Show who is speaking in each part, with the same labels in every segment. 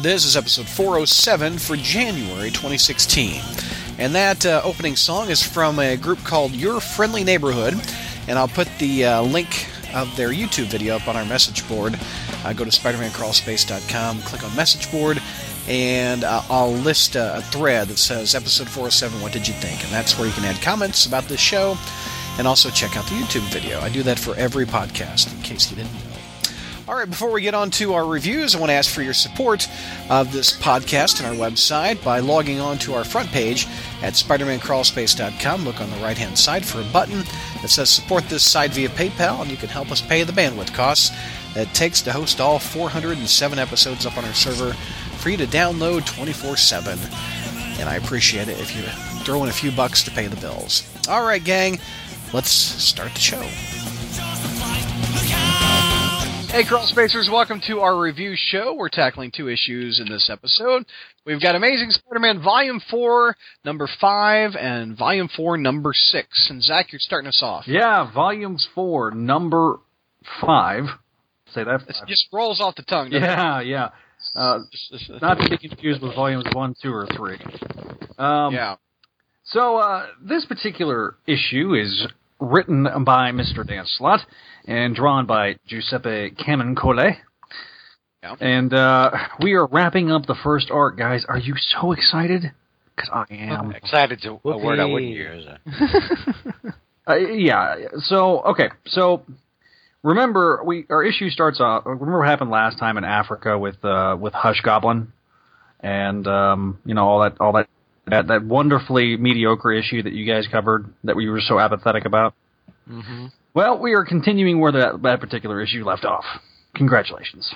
Speaker 1: This is episode 407 for January 2016. And that uh, opening song is from a group called Your Friendly Neighborhood. And I'll put the uh, link of their YouTube video up on our message board. Uh, go to spidermancrawlspace.com, click on message board, and uh, I'll list a, a thread that says episode 407, what did you think? And that's where you can add comments about this show and also check out the YouTube video. I do that for every podcast, in case you didn't know. All right, before we get on to our reviews, I want to ask for your support of this podcast and our website by logging on to our front page at SpidermanCrawlspace.com. Look on the right hand side for a button that says Support This Site via PayPal, and you can help us pay the bandwidth costs that it takes to host all 407 episodes up on our server for you to download 24 7. And I appreciate it if you throw in a few bucks to pay the bills. All right, gang, let's start the show. Hey, Crawl Spacers, welcome to our review show. We're tackling two issues in this episode. We've got Amazing Spider Man Volume 4, Number 5, and Volume 4, Number 6. And Zach, you're starting us off.
Speaker 2: Yeah, volumes four, number five. Say that.
Speaker 1: It
Speaker 2: Five.
Speaker 1: just rolls off the tongue. doesn't
Speaker 2: Yeah, yeah. Uh,
Speaker 1: it?
Speaker 2: not to be confused with volumes one, two, or three. Um,
Speaker 1: yeah.
Speaker 2: So uh, this particular issue is written by Mr. Dan Slott and drawn by Giuseppe Camincole.
Speaker 1: Yeah.
Speaker 2: And uh, we are wrapping up the first arc, guys. Are you so excited? Because I am.
Speaker 3: Excited's a, a word I wouldn't
Speaker 4: Whoopee.
Speaker 3: use.
Speaker 2: Uh, yeah. So okay. So remember, we our issue starts off. Remember what happened last time in Africa with uh, with Hush Goblin, and um, you know all that all that, that that wonderfully mediocre issue that you guys covered that we were so apathetic about. Well, we are continuing where that that particular issue left off. Congratulations.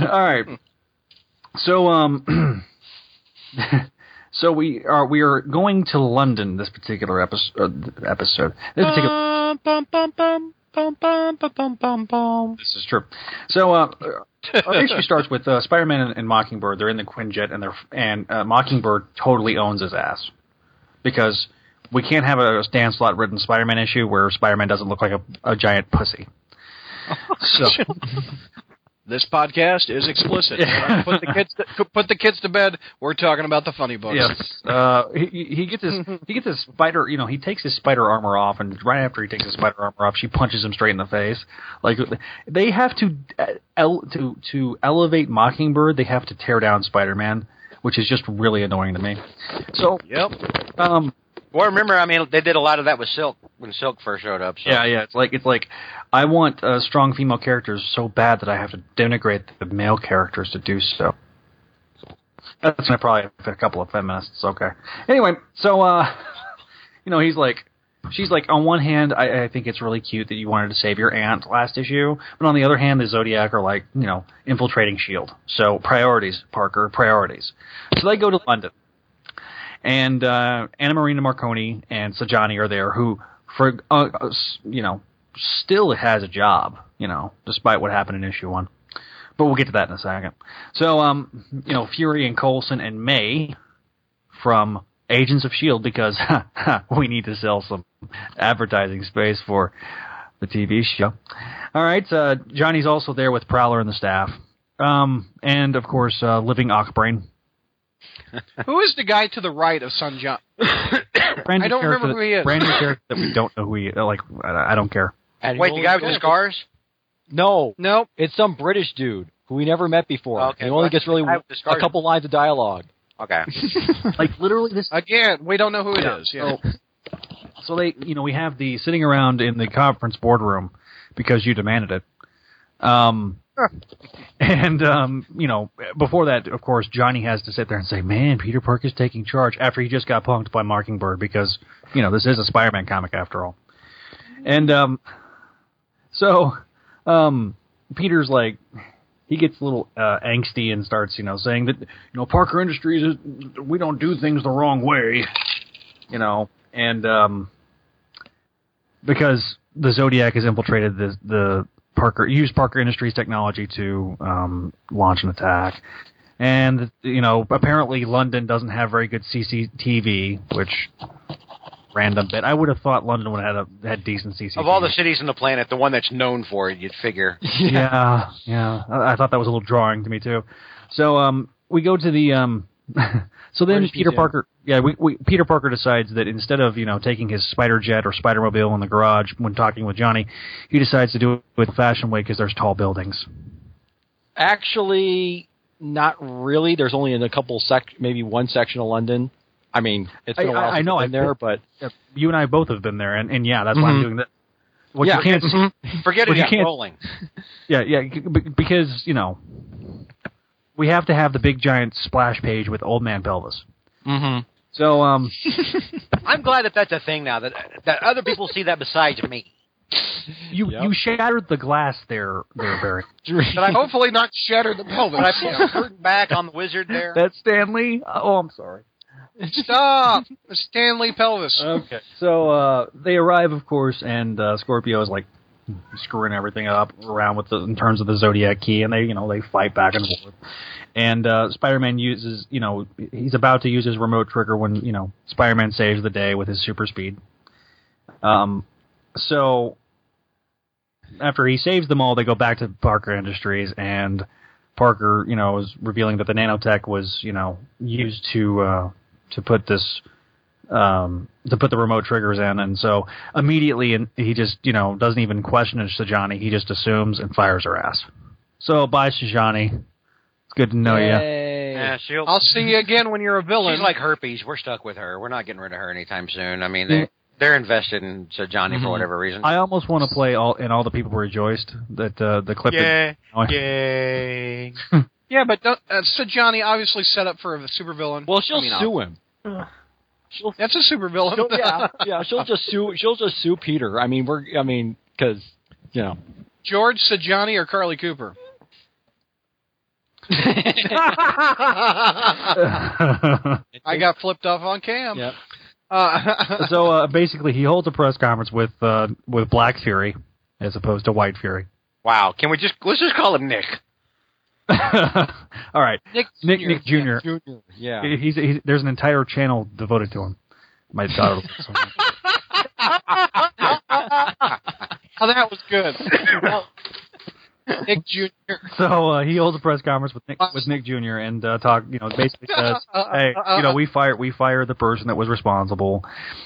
Speaker 2: all right. So um. So we are we are going to London this particular episode. Episode this particular
Speaker 1: Bum, bum, bum, bum, bum, bum, bum, bum, bum, bum.
Speaker 2: This is true. So, uh, our issue starts with uh, Spider-Man and, and Mockingbird. They're in the Quinjet, and they're and uh, Mockingbird totally owns his ass because we can't have a Dan Slott written Spider-Man issue where Spider-Man doesn't look like a, a giant pussy. So,
Speaker 1: This podcast is explicit.
Speaker 2: Yeah.
Speaker 1: put, the kids to, put the kids to bed. We're talking about the funny books.
Speaker 2: yes, uh, he, he gets his he gets his spider. You know, he takes his spider armor off, and right after he takes his spider armor off, she punches him straight in the face. Like they have to uh, el- to to elevate Mockingbird, they have to tear down Spider-Man, which is just really annoying to me. So,
Speaker 1: Yep.
Speaker 2: um,
Speaker 3: Well, remember, I mean, they did a lot of that with Silk when Silk first showed up. So.
Speaker 2: yeah, yeah, it's like it's like I want uh, strong female characters so bad that I have to denigrate the male characters to do so. That's gonna probably affect a couple of feminists. Okay. Anyway, so uh, you know, he's like, she's like, on one hand, I, I think it's really cute that you wanted to save your aunt last issue, but on the other hand, the Zodiac are like, you know, infiltrating Shield. E So priorities, Parker, priorities. So they go to London, and uh, Anna Marina Marconi and Sajani are there, who for uh, uh, s- you know still has a job, you know, despite what happened in issue one. But we'll get to that in a second. So, um, you know, Fury and Colson and May from Agents of Shield E because we need to sell some advertising space for the TV show. All right, uh, Johnny's also there with Prowler and the staff, um, and of course, uh, Living Ockbrain.
Speaker 1: Who is the guy to the right of Sun John?
Speaker 2: Brand new
Speaker 1: I don't remember
Speaker 2: character that-
Speaker 1: who he is.
Speaker 2: Brand new character that we don't know who he Like, I I don't care.
Speaker 4: And
Speaker 3: Wait,
Speaker 4: he only
Speaker 3: the guy with
Speaker 4: goes-
Speaker 3: the scars?
Speaker 4: No,
Speaker 1: Nope.
Speaker 4: it's some British dude who we never met before.
Speaker 3: Okay,
Speaker 4: he
Speaker 3: well,
Speaker 4: only gets really
Speaker 3: I have
Speaker 4: a
Speaker 3: the scars.
Speaker 4: couple lines of dialogue.
Speaker 3: Okay.
Speaker 2: Like, literally, this
Speaker 1: Again, we don't know who it is.
Speaker 2: Yeah.
Speaker 1: Yeah.
Speaker 2: So, so they, you know, we have the sitting around in the conference boardroom because you demanded it. Um, and um, you know, before that, of course, Johnny has to sit there and say, "Man, Peter Parker's taking charge." After he just got punked by Mockingbird because you know this is a Spider-Man comic after all. And um, so um, Peter's like, he gets a little uh, angsty and starts, you know, saying that you know Parker Industries is we don't do things the wrong way, you know, and um, because the Zodiac has infiltrated the the Parker used Parker Industries technology to um, launch an attack, and you know apparently London doesn't have very good CCTV, which random bit. I would have thought London would have had, a, had decent CCTV.
Speaker 3: Of all the cities on the planet, the one that's known for it, you'd figure.
Speaker 2: yeah, yeah. I, I thought that was a little drawing to me too. So um, we go to the um, so then
Speaker 5: British
Speaker 2: Peter
Speaker 5: Museum.
Speaker 2: Parker, yeah, we, we Peter Parker decides that instead of you know taking his spider jet or spider mobile in the garage when talking with Johnny, he decides to do it with fashion way because there's tall buildings.
Speaker 5: Actually, not really. There's only in a couple sec, maybe one section of London. I mean, it's been
Speaker 2: I-
Speaker 5: a while
Speaker 2: I- I
Speaker 5: since
Speaker 2: know,
Speaker 5: I've
Speaker 2: I-
Speaker 5: been there, but
Speaker 2: Yep. Mm-hmm. You and I both have been there, and, and yeah, that's why I'm
Speaker 5: Mhm.
Speaker 2: doing this. What
Speaker 5: Yeah.
Speaker 2: you can't see,
Speaker 3: Forget
Speaker 2: Well,
Speaker 3: it,
Speaker 2: you
Speaker 3: it's
Speaker 2: can't-
Speaker 3: rolling.
Speaker 2: yeah, yeah, c- be- because you know we have to have the big giant splash page with old man Pelvis. So um,
Speaker 3: I'm glad that that's a thing now that that other people see that besides me.
Speaker 2: you
Speaker 5: Yep.
Speaker 2: you shattered the glass there, there, Barry.
Speaker 3: But I hope
Speaker 6: Hopefully not shatter the pelvis.
Speaker 3: but I put a curtain back on the wizard there.
Speaker 2: That's Stanley. Oh, I'm sorry.
Speaker 6: Stop! The Stanley pelvis.
Speaker 2: Okay. So uh, they arrive, of course, and uh, Scorpio is like screwing everything up around with the in terms of the zodiac key, and they you know they fight back and forth. And uh, Spider-Man uses you know he's about to use his remote trigger when you know Spider-Man saves the day with his super speed. Um, so after he saves them all, they go back to Parker Industries and. Parker, you know, is revealing that the nanotech was, you know, used to uh, to put this um, to put the remote triggers in, and so immediately, and he just you know doesn't even question it, Sajani. He just assumes and fires her ass. So bye, Sajani. It's good to
Speaker 6: Oh,
Speaker 2: know you.
Speaker 3: Yeah, she'll,
Speaker 6: I'll see you again when you're a villain.
Speaker 3: she's like herpes. We're stuck with her. We're not getting rid of her anytime soon. I mean, they, they're invested in Sir Johnny for whatever reason.
Speaker 2: I almost want to play all and all the people rejoiced that uh, the clip. that-
Speaker 3: yay.
Speaker 6: yeah, but don't, uh, so Johnny obviously set up for a supervillain.
Speaker 5: Well, she'll
Speaker 6: I mean,
Speaker 5: sue him. She'll,
Speaker 6: That's a supervillain.
Speaker 5: she'll- yeah, yeah, she'll just sue. She'll just sue Peter. I mean, we're. I mean, because you know.
Speaker 6: George Sajani or Carly Cooper? I got flipped off on cam.
Speaker 5: Yeah.
Speaker 6: Uh,
Speaker 2: so uh, basically, he holds a press conference with uh, with Black Fury as opposed to White Fury.
Speaker 3: Wow. Can we just let's just call him Nick?
Speaker 2: all right,
Speaker 6: Nick,
Speaker 2: Nick Nick Jr.
Speaker 5: Junior. Yeah.
Speaker 2: He's, he's there's an entire channel devoted to him. My daughter.
Speaker 6: Oh, that was good. Nick Jr.
Speaker 2: so uh, he holds a press conference with Nick, with Nick Jr. and uh, talk. You know, basically says, "Hey, you know, we fire we fire the person that was responsible,"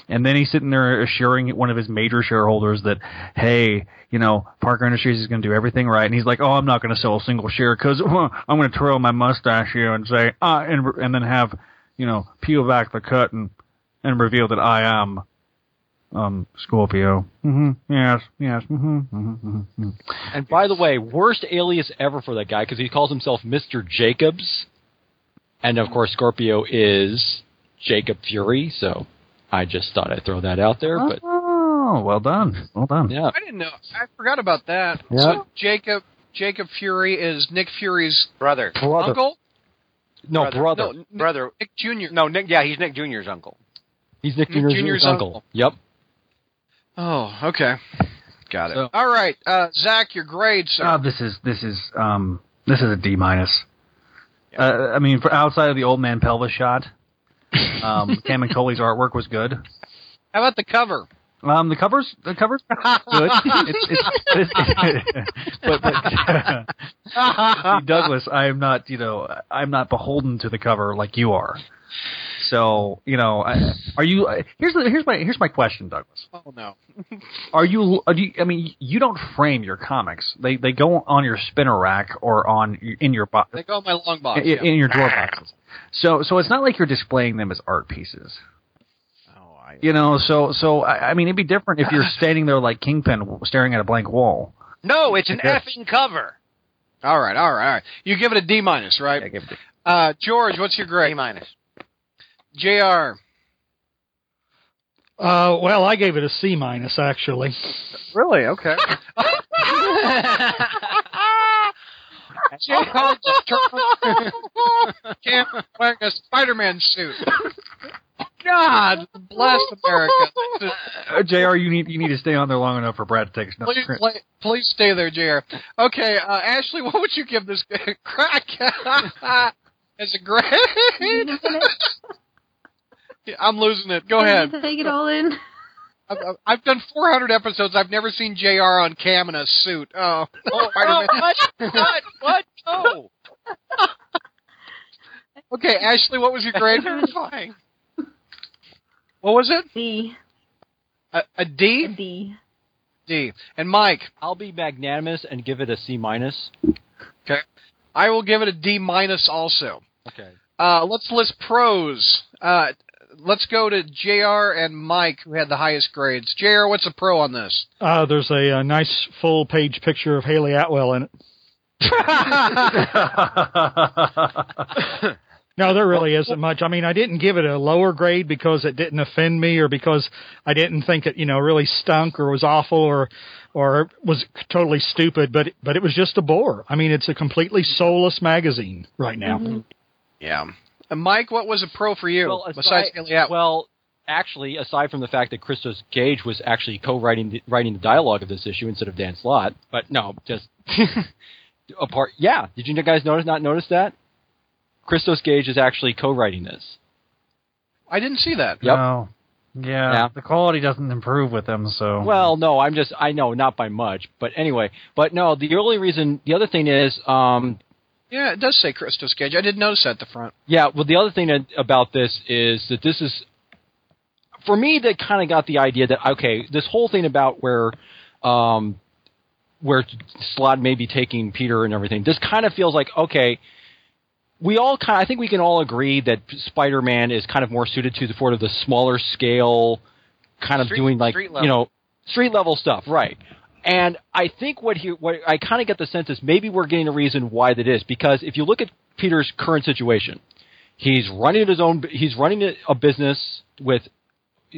Speaker 2: and then he's sitting there assuring one of his major shareholders that, "Hey, you know, Parker Industries is going to do everything right," and he's like, "Oh, I'm not going to sell a single share because I'm going to twirl my mustache here and say, ah, and and then have, you know, peel back the curtain and reveal that I am." Um, Scorpio. hmm Yes, yes. hmm hmm hmm
Speaker 5: And by the way, worst alias ever for that guy because he calls himself Mister Jacobs, and of course Scorpio is Jacob Fury. So I just thought I'd throw that out there. But
Speaker 2: Oh, well done, well done.
Speaker 5: yeah,
Speaker 6: I didn't know. I forgot about that.
Speaker 5: Yeah.
Speaker 6: So Jacob Jacob Fury is Nick Fury's
Speaker 3: Brother.
Speaker 5: Oh.
Speaker 6: uncle.
Speaker 5: no brother.
Speaker 6: No, Nick-
Speaker 3: Brother.
Speaker 6: Nick Jr.
Speaker 3: No, Nick. Yeah, he's Nick Jr.'s uncle.
Speaker 5: He's Nick,
Speaker 6: Nick
Speaker 5: Junior's,
Speaker 6: Junior's
Speaker 5: uncle.
Speaker 6: uncle.
Speaker 5: Yep.
Speaker 6: Oh, okay. Got it.
Speaker 2: So-
Speaker 6: All right, uh, Zach, your grades. sir.
Speaker 5: Uh,
Speaker 2: Oh, this is this is um this is a D minus. Uh, I mean, for outside of the old man pelvis shot, um, Cam and Coley's artwork was good.
Speaker 6: How about the cover?
Speaker 2: Um, the covers the covers good. It's, it's, it's, but, but
Speaker 6: Oh,
Speaker 2: See, Douglas, I am not you know I'm not beholden to the cover like you are. So you know, I, are you? Here's the, here's my here's my question, Douglas.
Speaker 6: Oh no.
Speaker 2: Are you, are you? I mean, you don't frame your comics. They they go on your spinner rack or on in your box
Speaker 6: They go in my long box.
Speaker 2: in,
Speaker 6: yeah.
Speaker 2: in your drawer boxes. So so it's not like you're displaying them as art pieces.
Speaker 6: Oh, I-
Speaker 2: You know. So so I, I mean, it'd be different if you're standing there like Kingpin, staring at a blank wall.
Speaker 3: No, it's an
Speaker 2: Yeah.
Speaker 3: effing cover.
Speaker 6: All right, all right, all right. You give it a D minus, right? Uh, George, what's your
Speaker 3: A
Speaker 6: grade?
Speaker 3: minus.
Speaker 6: Jr.
Speaker 7: Uh, well, I gave it a C minus actually.
Speaker 6: Really? Okay. Jr. just turned Cam wearing a Spider-Man suit. God bless America.
Speaker 2: Uh, Jr. You need you need to stay on there long enough for Brad to take his notes.
Speaker 6: Please, play, please stay there, Jr. Okay, uh, Ashley, what would you give this crack as a grade? I'm losing it. Go ahead.
Speaker 8: Take it all in.
Speaker 6: I've, I've- I've done 400 episodes. I've never seen Jr. on cam in a suit. Oh, Spider-Man.
Speaker 3: what? What? What? No.
Speaker 6: okay, Ashley, what was your grade for replying? What was it?
Speaker 8: D.
Speaker 6: A, a D?
Speaker 8: D.
Speaker 6: D. And Mike,
Speaker 5: I'll be magnanimous and give it a C minus.
Speaker 6: I will give it a D minus also.
Speaker 5: Okay.
Speaker 6: Uh, let's list pros. Uh, let's go to Jr. and Mike, who had the highest grades. Jr., what's a pro on this?
Speaker 7: Uh, there's a, uh nice full page picture of Haley Atwell in it. No, there really isn't much. I mean, I didn't give it a lower grade because it didn't offend me or because I didn't think it, you know, really stunk or was awful or or was totally stupid, but but it was just a bore. I mean, it's a completely soulless magazine right now.
Speaker 6: Mm-hmm. Yeah. And Mike, what was a pro for you
Speaker 5: Well, aside-
Speaker 6: besides Haley Atwell?
Speaker 5: Well, actually, aside from the fact that Christos Gage was actually co-writing the, writing the dialogue of this issue instead of Dan Slott, but no, just apart. Yeah, did you guys notice not notice that? Christos Gage is actually co-writing this.
Speaker 6: I didn't see that.
Speaker 5: Yep.
Speaker 2: No. Oh, Yeah,
Speaker 5: Yeah.
Speaker 2: The quality doesn't improve with them, so.
Speaker 5: Well, no, I'm just I know not by much, but anyway, but no, the only reason the other thing is um
Speaker 6: Yeah, it does say Christos Cage. I did notice that at the front.
Speaker 5: Yeah, well, the other thing that, about this is that this is, for me, that kind of got the idea that okay, this whole thing about where, um, where Slot may be taking Peter and everything. This kind of feels like okay. We all kind. I think we can all agree that Spider-Man is kind of more suited to the sort of the smaller scale, kind of
Speaker 3: Street-
Speaker 5: doing like
Speaker 3: street
Speaker 5: you
Speaker 3: level.
Speaker 5: know street level stuff, right? And I think what he, what I kind of get the sense is maybe we're getting a reason why that is because if you look at Peter's current situation, he's running his own. He's running a- a business with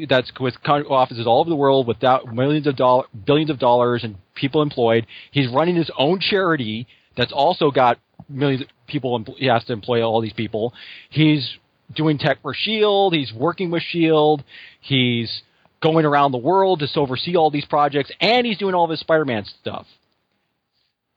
Speaker 5: that's with co- offices all over the world without millions of dollars, billions of dollars, and people employed. He's running his own charity that's also got millions of people. Empl- he has to employ all these people. He's doing tech for Shield. E He's working with Shield. E He's going around the world to oversee all these projects, and he's doing all of his Spider-Man stuff.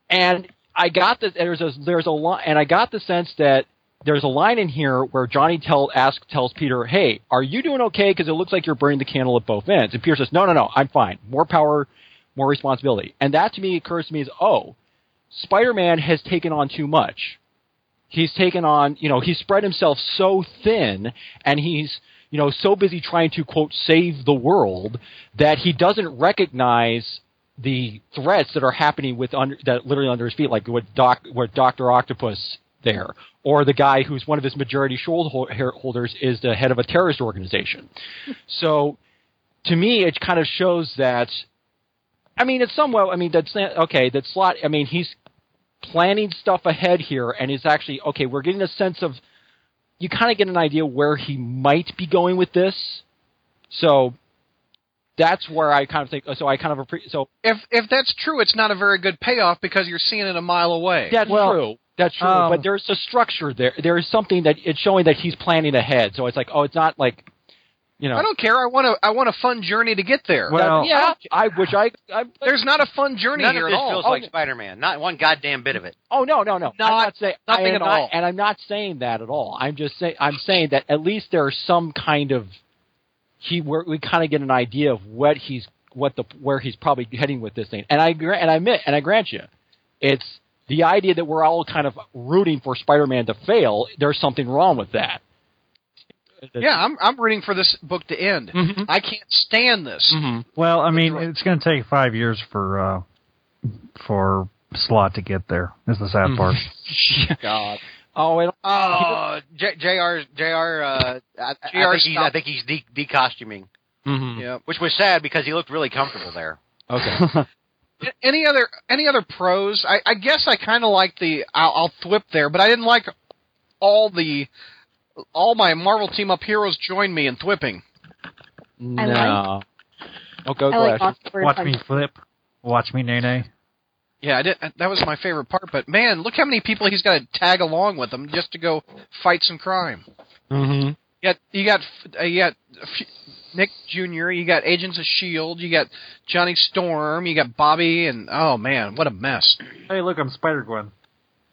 Speaker 5: And I got this. There's a there's a lot, and I got the sense that there's a line in here where Johnny tell ask tells Peter, "Hey, are you doing okay? Because it looks like you're burning the candle at both ends." And Peter says, "No, no, no, I'm fine. More power, more responsibility." And that to me occurs to me as, "Oh, Spider-Man has taken on too much. He's taken on, you know, he's spread himself so thin, and he's." You know, so busy trying to quote save the world that he doesn't recognize the threats that are happening with under, that literally under his feet, like with Doc, where Doctor Octopus there, or the guy who's one of his majority shareholders is the head of a terrorist organization. so, to me, it kind of shows that. I mean, it's somewhat. I mean, that's okay. That slot. I mean, he's planning stuff ahead here, and he's actually okay. We're getting a sense of. You kind of get an idea where he might be going with this. So. That's where I kind of think. So I kind of appre- so
Speaker 6: If if that's true, it's not a very good payoff because you're seeing it a mile away.
Speaker 5: That's
Speaker 2: Well,
Speaker 5: true. That's true.
Speaker 2: um,
Speaker 5: but there's a structure there. There is something that it's showing that he's planning ahead. So it's like, oh, it's not like, you know.
Speaker 6: I don't care. I want to. I want a fun journey to get there.
Speaker 2: Well-
Speaker 5: that- yeah, I wish I. I
Speaker 6: There's not a fun journey
Speaker 3: None
Speaker 6: here
Speaker 3: of
Speaker 6: at
Speaker 3: this
Speaker 6: all.
Speaker 3: feels like Spider-Man. Not one goddamn bit of it.
Speaker 5: oh no, no, no. I'm
Speaker 6: Not-
Speaker 5: not saying
Speaker 6: nothing
Speaker 5: I am
Speaker 6: at
Speaker 5: not-
Speaker 6: all.
Speaker 5: and I'm not saying that at all. I'm just saying I'm saying that at least there's some kind of he where we kind of get an idea of what he's what the where he's probably heading with this thing. And I gra- and I admit and I grant you, it's the idea that we're all kind of rooting for Spider-Man to fail. There's something wrong with that.
Speaker 6: yeah, I'm I'm rooting for this book to end.
Speaker 5: Mhm.
Speaker 6: I can't stand this.
Speaker 5: Mhm.
Speaker 2: Well, I mean,
Speaker 6: That's right.
Speaker 2: it's going to take five years for uh, for slot to get there. Is the
Speaker 6: Mm-hmm.
Speaker 2: sad part?
Speaker 5: God. Oh, it,
Speaker 3: Oh, J- Jr. Jr. Uh, I, I,
Speaker 6: JR
Speaker 3: think he's, I
Speaker 6: stopped.
Speaker 3: think he's de- decostuming,
Speaker 5: Mm-hmm.
Speaker 6: Yep.
Speaker 3: which was sad because he looked really comfortable there.
Speaker 5: okay.
Speaker 6: A- Any other any other pros? I, I guess I kind of like the I'll, I'll thwip there, but I didn't like all the all my Marvel team up heroes joined me in thwipping.
Speaker 5: No.
Speaker 8: like-
Speaker 5: oh, go,
Speaker 8: I
Speaker 5: go
Speaker 8: like
Speaker 5: ahead.
Speaker 8: awkward
Speaker 2: Watch
Speaker 8: puns.
Speaker 2: me flip. Watch me nay
Speaker 6: Yeah, I did, that was my favorite part. But man, look how many people he's got to tag along with him just to go fight some crime.
Speaker 5: Mm-hmm.
Speaker 6: You got you got f- uh, you got f- Nick Jr. You got Agents of Shield. E You got Johnny Storm. You got Bobby, and oh man, what a mess!
Speaker 2: Hey, look, I'm Spider Gwen.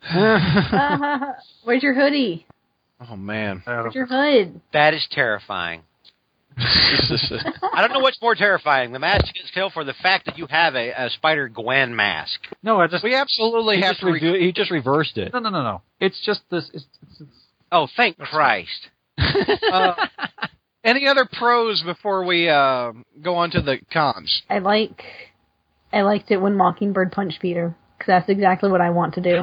Speaker 8: Where's your hoodie?
Speaker 1: Oh man.
Speaker 2: Out of-
Speaker 8: Your hood.
Speaker 3: That is terrifying. I don't know what's more terrifying: the mask is killed for the fact that you have a, a Spider Gwen mask.
Speaker 2: no, I just
Speaker 1: We absolutely
Speaker 5: He
Speaker 1: have
Speaker 5: just,
Speaker 1: to. Re-
Speaker 5: redo- he just reversed it.
Speaker 2: no, no, no, no. It's just this. It's, it's, it's,
Speaker 3: Oh, thank Christ!
Speaker 1: uh, any other pros before we uh, go on to the cons?
Speaker 8: I like. I liked it when Mockingbird punched Peter because that's exactly what I want to do.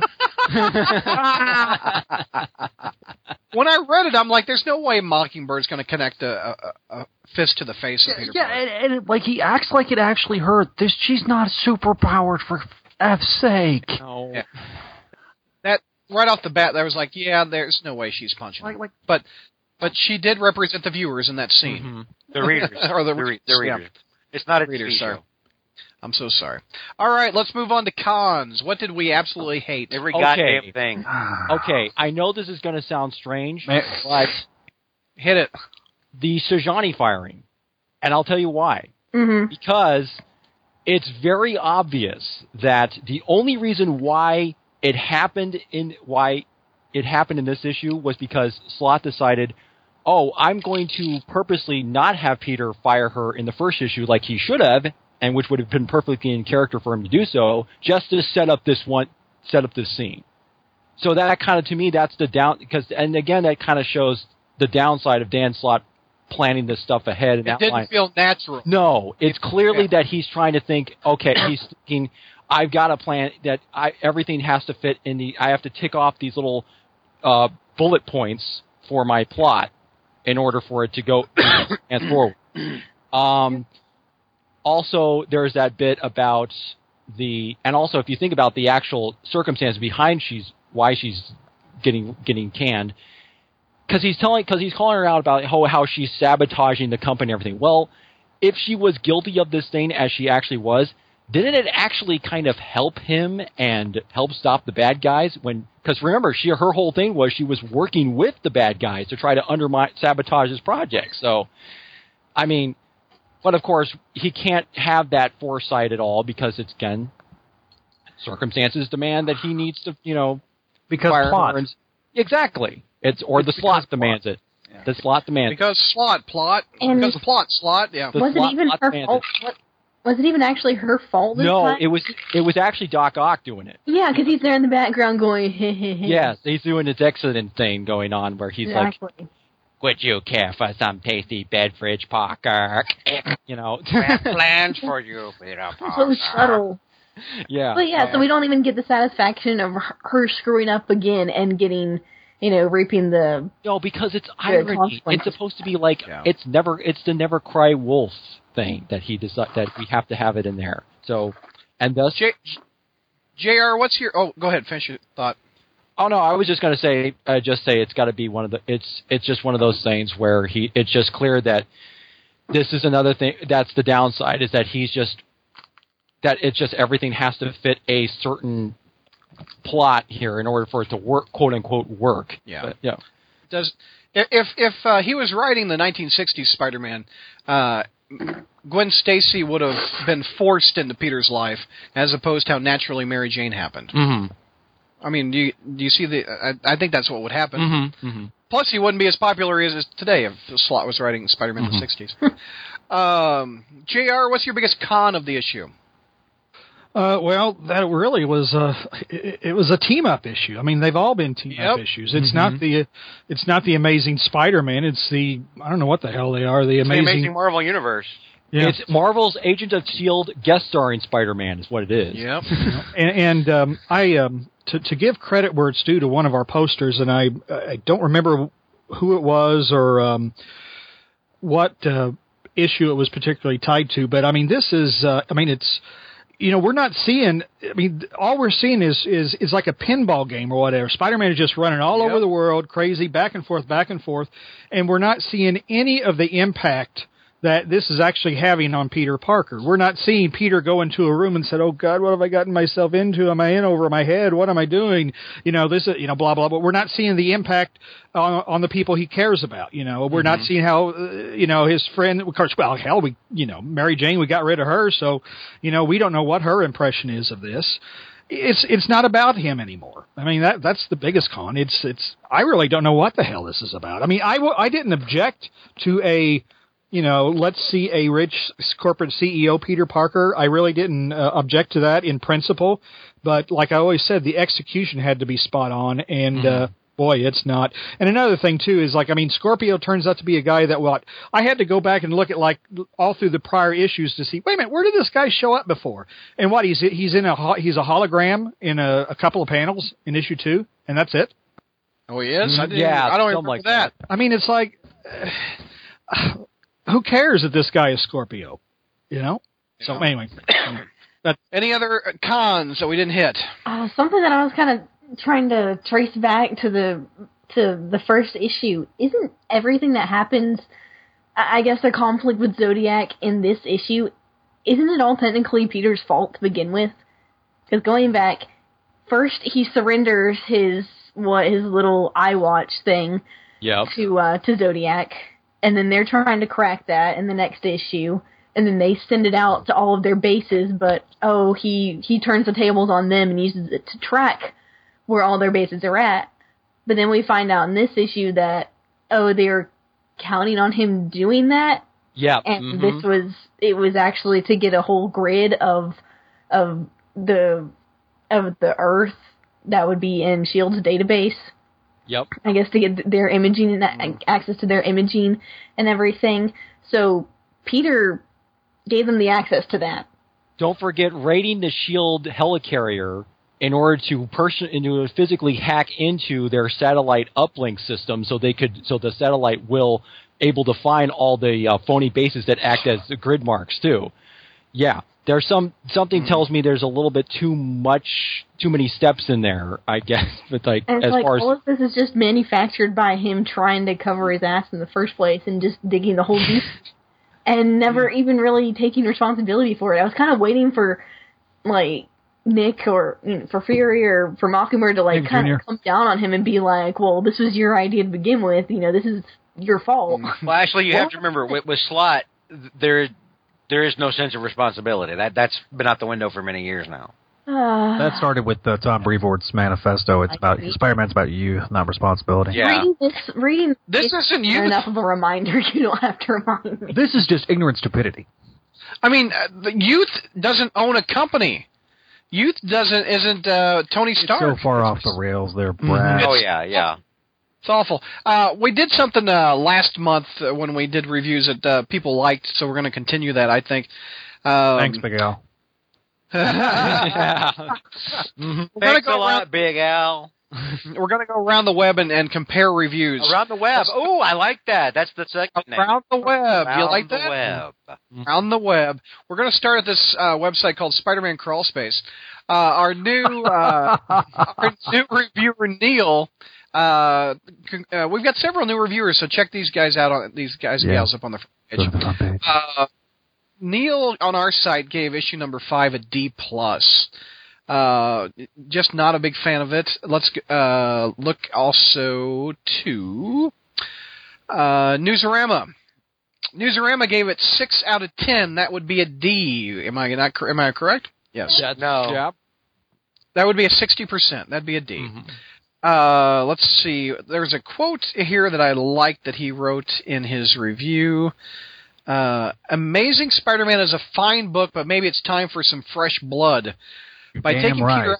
Speaker 1: When I read it, I'm like, "There's no way Mockingbird's going to connect a, a, a fist to the face of Peter."
Speaker 2: yeah,
Speaker 1: Parker.
Speaker 2: and, and it, like he acts like it actually hurt. This she's not super powered for f's sake.
Speaker 5: No.
Speaker 1: Yeah. right off the bat, I was like, "Yeah, there's no way she's punching."
Speaker 2: Like,
Speaker 1: him.
Speaker 2: like
Speaker 1: But but she did represent the viewers in that scene.
Speaker 5: Mhm.
Speaker 3: The readers
Speaker 1: Or the
Speaker 3: re-
Speaker 1: readers, yeah.
Speaker 3: readers. It's not a
Speaker 1: Readers,
Speaker 3: TV
Speaker 1: sorry.
Speaker 3: show.
Speaker 1: I'm so sorry. All right, let's move on to cons. What did we absolutely hate?
Speaker 3: Every
Speaker 5: Okay.
Speaker 3: goddamn thing.
Speaker 2: Ah.
Speaker 5: Okay, I know this is going to sound strange,
Speaker 2: Man.
Speaker 5: but
Speaker 1: Hit it.
Speaker 5: the Sejani firing, and I'll tell you why.
Speaker 8: hmm
Speaker 5: because it's very obvious that the only reason why it happened in why it happened in this issue was because Slot decided, "Oh, I'm going to purposely not have Peter fire her in the first issue like he should have, and which would have been perfectly in character for him to do so, just to set up this one set up this scene." So that kind of to me that's the down because and again that kind of shows the downside of Dan Slot planning this stuff ahead and
Speaker 1: It didn't
Speaker 5: outlining-
Speaker 1: feel natural.
Speaker 5: no, it's clearly that he's trying to think. Okay, he's thinking. I've got a plan that I everything has to fit in the. I have to tick off these little uh, bullet points for my plot in order for it to go and forward. Um, also, there's that bit about the, and also if you think about the actual circumstance behind she's why she's getting getting canned, because he's telling because he's calling her out about how how she's sabotaging the company and everything. Well, if she was guilty of this thing as she actually was, didn't it actually kind of help him and help stop the bad guys? When because remember, she her whole thing was she was working with the bad guys to try to undermine sabotage his project. So, I mean, but of course he can't have that foresight at all because it's again circumstances demand that he needs to you know
Speaker 2: because
Speaker 5: fire
Speaker 2: plot.
Speaker 5: her and- exactly. It's or
Speaker 2: It's
Speaker 5: the slot
Speaker 2: because
Speaker 5: demands it. The slot demands.
Speaker 1: Because slot plot.
Speaker 8: And-
Speaker 1: because plot slot. Yeah.
Speaker 5: The
Speaker 8: Was
Speaker 5: slot-
Speaker 8: it even
Speaker 5: slot
Speaker 8: her
Speaker 5: demands
Speaker 8: fault? What, was it even actually her fault this
Speaker 5: No,
Speaker 8: time?
Speaker 5: it was it was actually Doc Ock doing it.
Speaker 8: Yeah, because he's there in the background going, hey, hey, hey.
Speaker 5: Yes, he's doing his accident thing going on where he's like,
Speaker 8: exactly.
Speaker 5: "Would you care for some tasty Bedfridge Parker?" you know,
Speaker 3: We have plans for you, Peter
Speaker 8: so
Speaker 3: Parker.
Speaker 5: "Ah,
Speaker 8: subtle.
Speaker 5: yeah.
Speaker 8: But yeah, so we don't even get the satisfaction of her- her screwing up again and getting, you know, reaping the.
Speaker 5: No, because it's
Speaker 8: Yeah, it's
Speaker 5: irony.
Speaker 8: consequences.
Speaker 5: It's supposed to be like
Speaker 1: Yeah.
Speaker 5: it's never it's the never cry wolf thing that he desi- that we have to have it in there. So, and thus
Speaker 1: J- Jr. What's your? Oh, go ahead. Finish your thought.
Speaker 5: Oh no, I was just gonna say, uh, just say it's got to be one of the. It's it's just one of those things where he. It's just clear that this is another thing. That's the downside is that he's just that it's just everything has to fit a certain plot here in order for it to work, quote unquote, work.
Speaker 1: Yeah.
Speaker 5: But, yeah.
Speaker 1: Does if if uh, he was writing the 1960s Spider-Man, uh, Gwen Stacy would have been forced into Peter's life as opposed to how naturally Mary Jane happened.
Speaker 5: Mm-hmm.
Speaker 1: I mean, do you do you see the? I, I think that's what would happen.
Speaker 5: Mm-hmm.
Speaker 1: Plus, he wouldn't be as popular as he is today if Slot was writing Spider-Man
Speaker 5: Mm-hmm.
Speaker 1: in the '60s. um, Jr., what's your biggest con of the issue?
Speaker 7: Uh, well, that really was a it, it was a team up issue. I mean, they've all been team up
Speaker 1: Yep.
Speaker 7: issues. It's not the it's not the Amazing Spider-Man. It's the I don't know what the hell they are. The
Speaker 3: The
Speaker 7: Amazing,
Speaker 3: Amazing Marvel Universe.
Speaker 7: yeah.
Speaker 5: It's Marvel's Agent of Shield E guest starring Spider-Man is what it is.
Speaker 1: Yep.
Speaker 7: and, and um, I um, to to give credit where it's due to one of our posters, and I I don't remember who it was or um, what uh, issue it was particularly tied to, but I mean this is uh, I mean it's you know we're not seeing I mean all we're seeing is is is like a pinball game or whatever. Spider Man is just running all over the world, crazy back and forth, back and forth, and we're not seeing any of the impact that this is actually having on Peter Parker. We're not seeing Peter go into a room and said, "Oh God, what have I gotten myself into? Am I in over my head? What am I doing?" You know, this, is- you know, blah blah. But we're not seeing the impact on, on the people he cares about. You know, we're not seeing how, uh, you know, his friend. Of course, well, hell, we, you know, Mary Jane, we got rid of her, so you know, we don't know what her impression is of this. it's it's not about him anymore. I mean that that's the biggest con. It's it's I really don't know what the hell this is about. I mean I w- I didn't object to a you know let's see a rich corporate CEO Peter Parker. I really didn't uh, object to that in principle, but like I always said, the execution had to be spot on and. Uh, Boy, it's not. And another thing too is like, I mean, Scorpio turns out to be a guy that what I had to go back and look at like all through the prior issues to see. Wait a minute, where did this guy show up before? And what he's he's in a ho- he's a hologram in a, a couple of panels in issue two, and that's it.
Speaker 1: Oh, he is. I didn't,
Speaker 5: yeah,
Speaker 1: I don't
Speaker 5: something
Speaker 1: remember
Speaker 5: like
Speaker 1: that.
Speaker 7: I mean, it's like, uh, who cares that this guy is Scorpio? You know. So anyway,
Speaker 1: Any other Er, uh, cons that we didn't hit?
Speaker 8: Uh, something that I was kind of trying to trace back to the to the first issue. Isn't everything that happens? I I guess the conflict with Zodiac in this issue, isn't it all technically Peter's fault to begin with? Because going back, first he surrenders his what his little eye watch thing
Speaker 5: Yep.
Speaker 8: to uh, to Zodiac, and then they're trying to crack that in the next issue, and then they send it out to all of their bases. But oh, he he turns the tables on them and uses it to track where all their bases are at. But then we find out in this issue that oh, they're counting on him doing that,
Speaker 5: Yep.
Speaker 8: and
Speaker 5: mhm.
Speaker 8: this was it was actually to get a whole grid of of the of the Earth that would be in Shield's database.
Speaker 5: Yep.
Speaker 8: I guess to get their imaging and that- access to their imaging and everything. So Peter gave them the access to that.
Speaker 5: Don't forget raiding the shield E helicarrier in order to person and to physically hack into their satellite uplink system, so they could so the satellite will able to find all the uh, phony bases that act as the grid marks too. Yeah, there's some something tells me there's a little bit too much, too many steps in there. I guess, but like
Speaker 8: And it's
Speaker 5: as
Speaker 8: like
Speaker 5: far as
Speaker 8: all of this is just manufactured by him trying to cover his ass in the first place and just digging the whole deep and never even really taking responsibility for it. I was kind of waiting for like Nick or you know, for Fury or for Mockingbird to like
Speaker 7: Nick
Speaker 8: kind
Speaker 7: Jr..
Speaker 8: of come down on him and be like, "Well, this was your idea to begin with. You know, this is your fault."
Speaker 3: Well, actually, you have to remember with, with slot th- there there is no sense of responsibility. That that's been out the window for many years now.
Speaker 8: Uh,
Speaker 2: That started with uh, Tom Brevoort's manifesto. It's
Speaker 8: I
Speaker 2: about
Speaker 8: see.
Speaker 2: Spider-Man's about you, not responsibility.
Speaker 3: Yeah.
Speaker 8: Reading this, reading
Speaker 1: This
Speaker 8: it's
Speaker 1: isn't you.
Speaker 8: enough of a reminder. You don't have to remind me.
Speaker 2: This is just ignorant stupidity.
Speaker 1: I mean, uh, the youth doesn't own a company. Youth doesn't isn't uh, Tony
Speaker 2: It's
Speaker 1: Stark.
Speaker 2: so far off the rails there, Brad.
Speaker 3: Oh yeah, yeah.
Speaker 1: It's awful. Uh, we did something uh, last month uh, when we did reviews that uh, people liked, so we're going to continue that. I think. Um,
Speaker 2: Thanks, Big Al.
Speaker 1: we're going to
Speaker 3: Thanks
Speaker 1: go
Speaker 3: a lot,
Speaker 1: around.
Speaker 3: Big Al.
Speaker 1: We're going to go around the web and, and compare reviews
Speaker 3: Around the web. Oh, I like that. That's the second name.
Speaker 1: Around the web. you
Speaker 3: Around
Speaker 1: like
Speaker 3: the
Speaker 1: that?
Speaker 3: web.
Speaker 1: on the web. We're going to start at this uh, website called Spider-Man Crawl Space. Uh, our new uh, our new reviewer Neil. Uh, con- uh, we've got several new reviewers, so check these guys out on these guys and
Speaker 2: Yeah.
Speaker 1: gals up on the
Speaker 2: Go
Speaker 1: front
Speaker 2: to the
Speaker 1: page.
Speaker 2: front page.
Speaker 1: Uh, Neil on our site gave issue number five a D plus. Uh, just not a big fan of it. Let's uh, look also to uh, Newsarama. Newsarama gave it six out of ten. That would be a D. Am I not? cor- Am I correct? Yes.
Speaker 5: That's-
Speaker 3: No.
Speaker 5: yeah.
Speaker 1: That would be a sixty percent. That'd be a D.
Speaker 2: Mm-hmm.
Speaker 5: Mhm.
Speaker 1: Uh, let's see. There's a quote here that I liked that he wrote in his review. Uh, Amazing Spider-Man is a fine book, but maybe it's time for some fresh blood. By
Speaker 2: Damn
Speaker 1: taking
Speaker 2: right.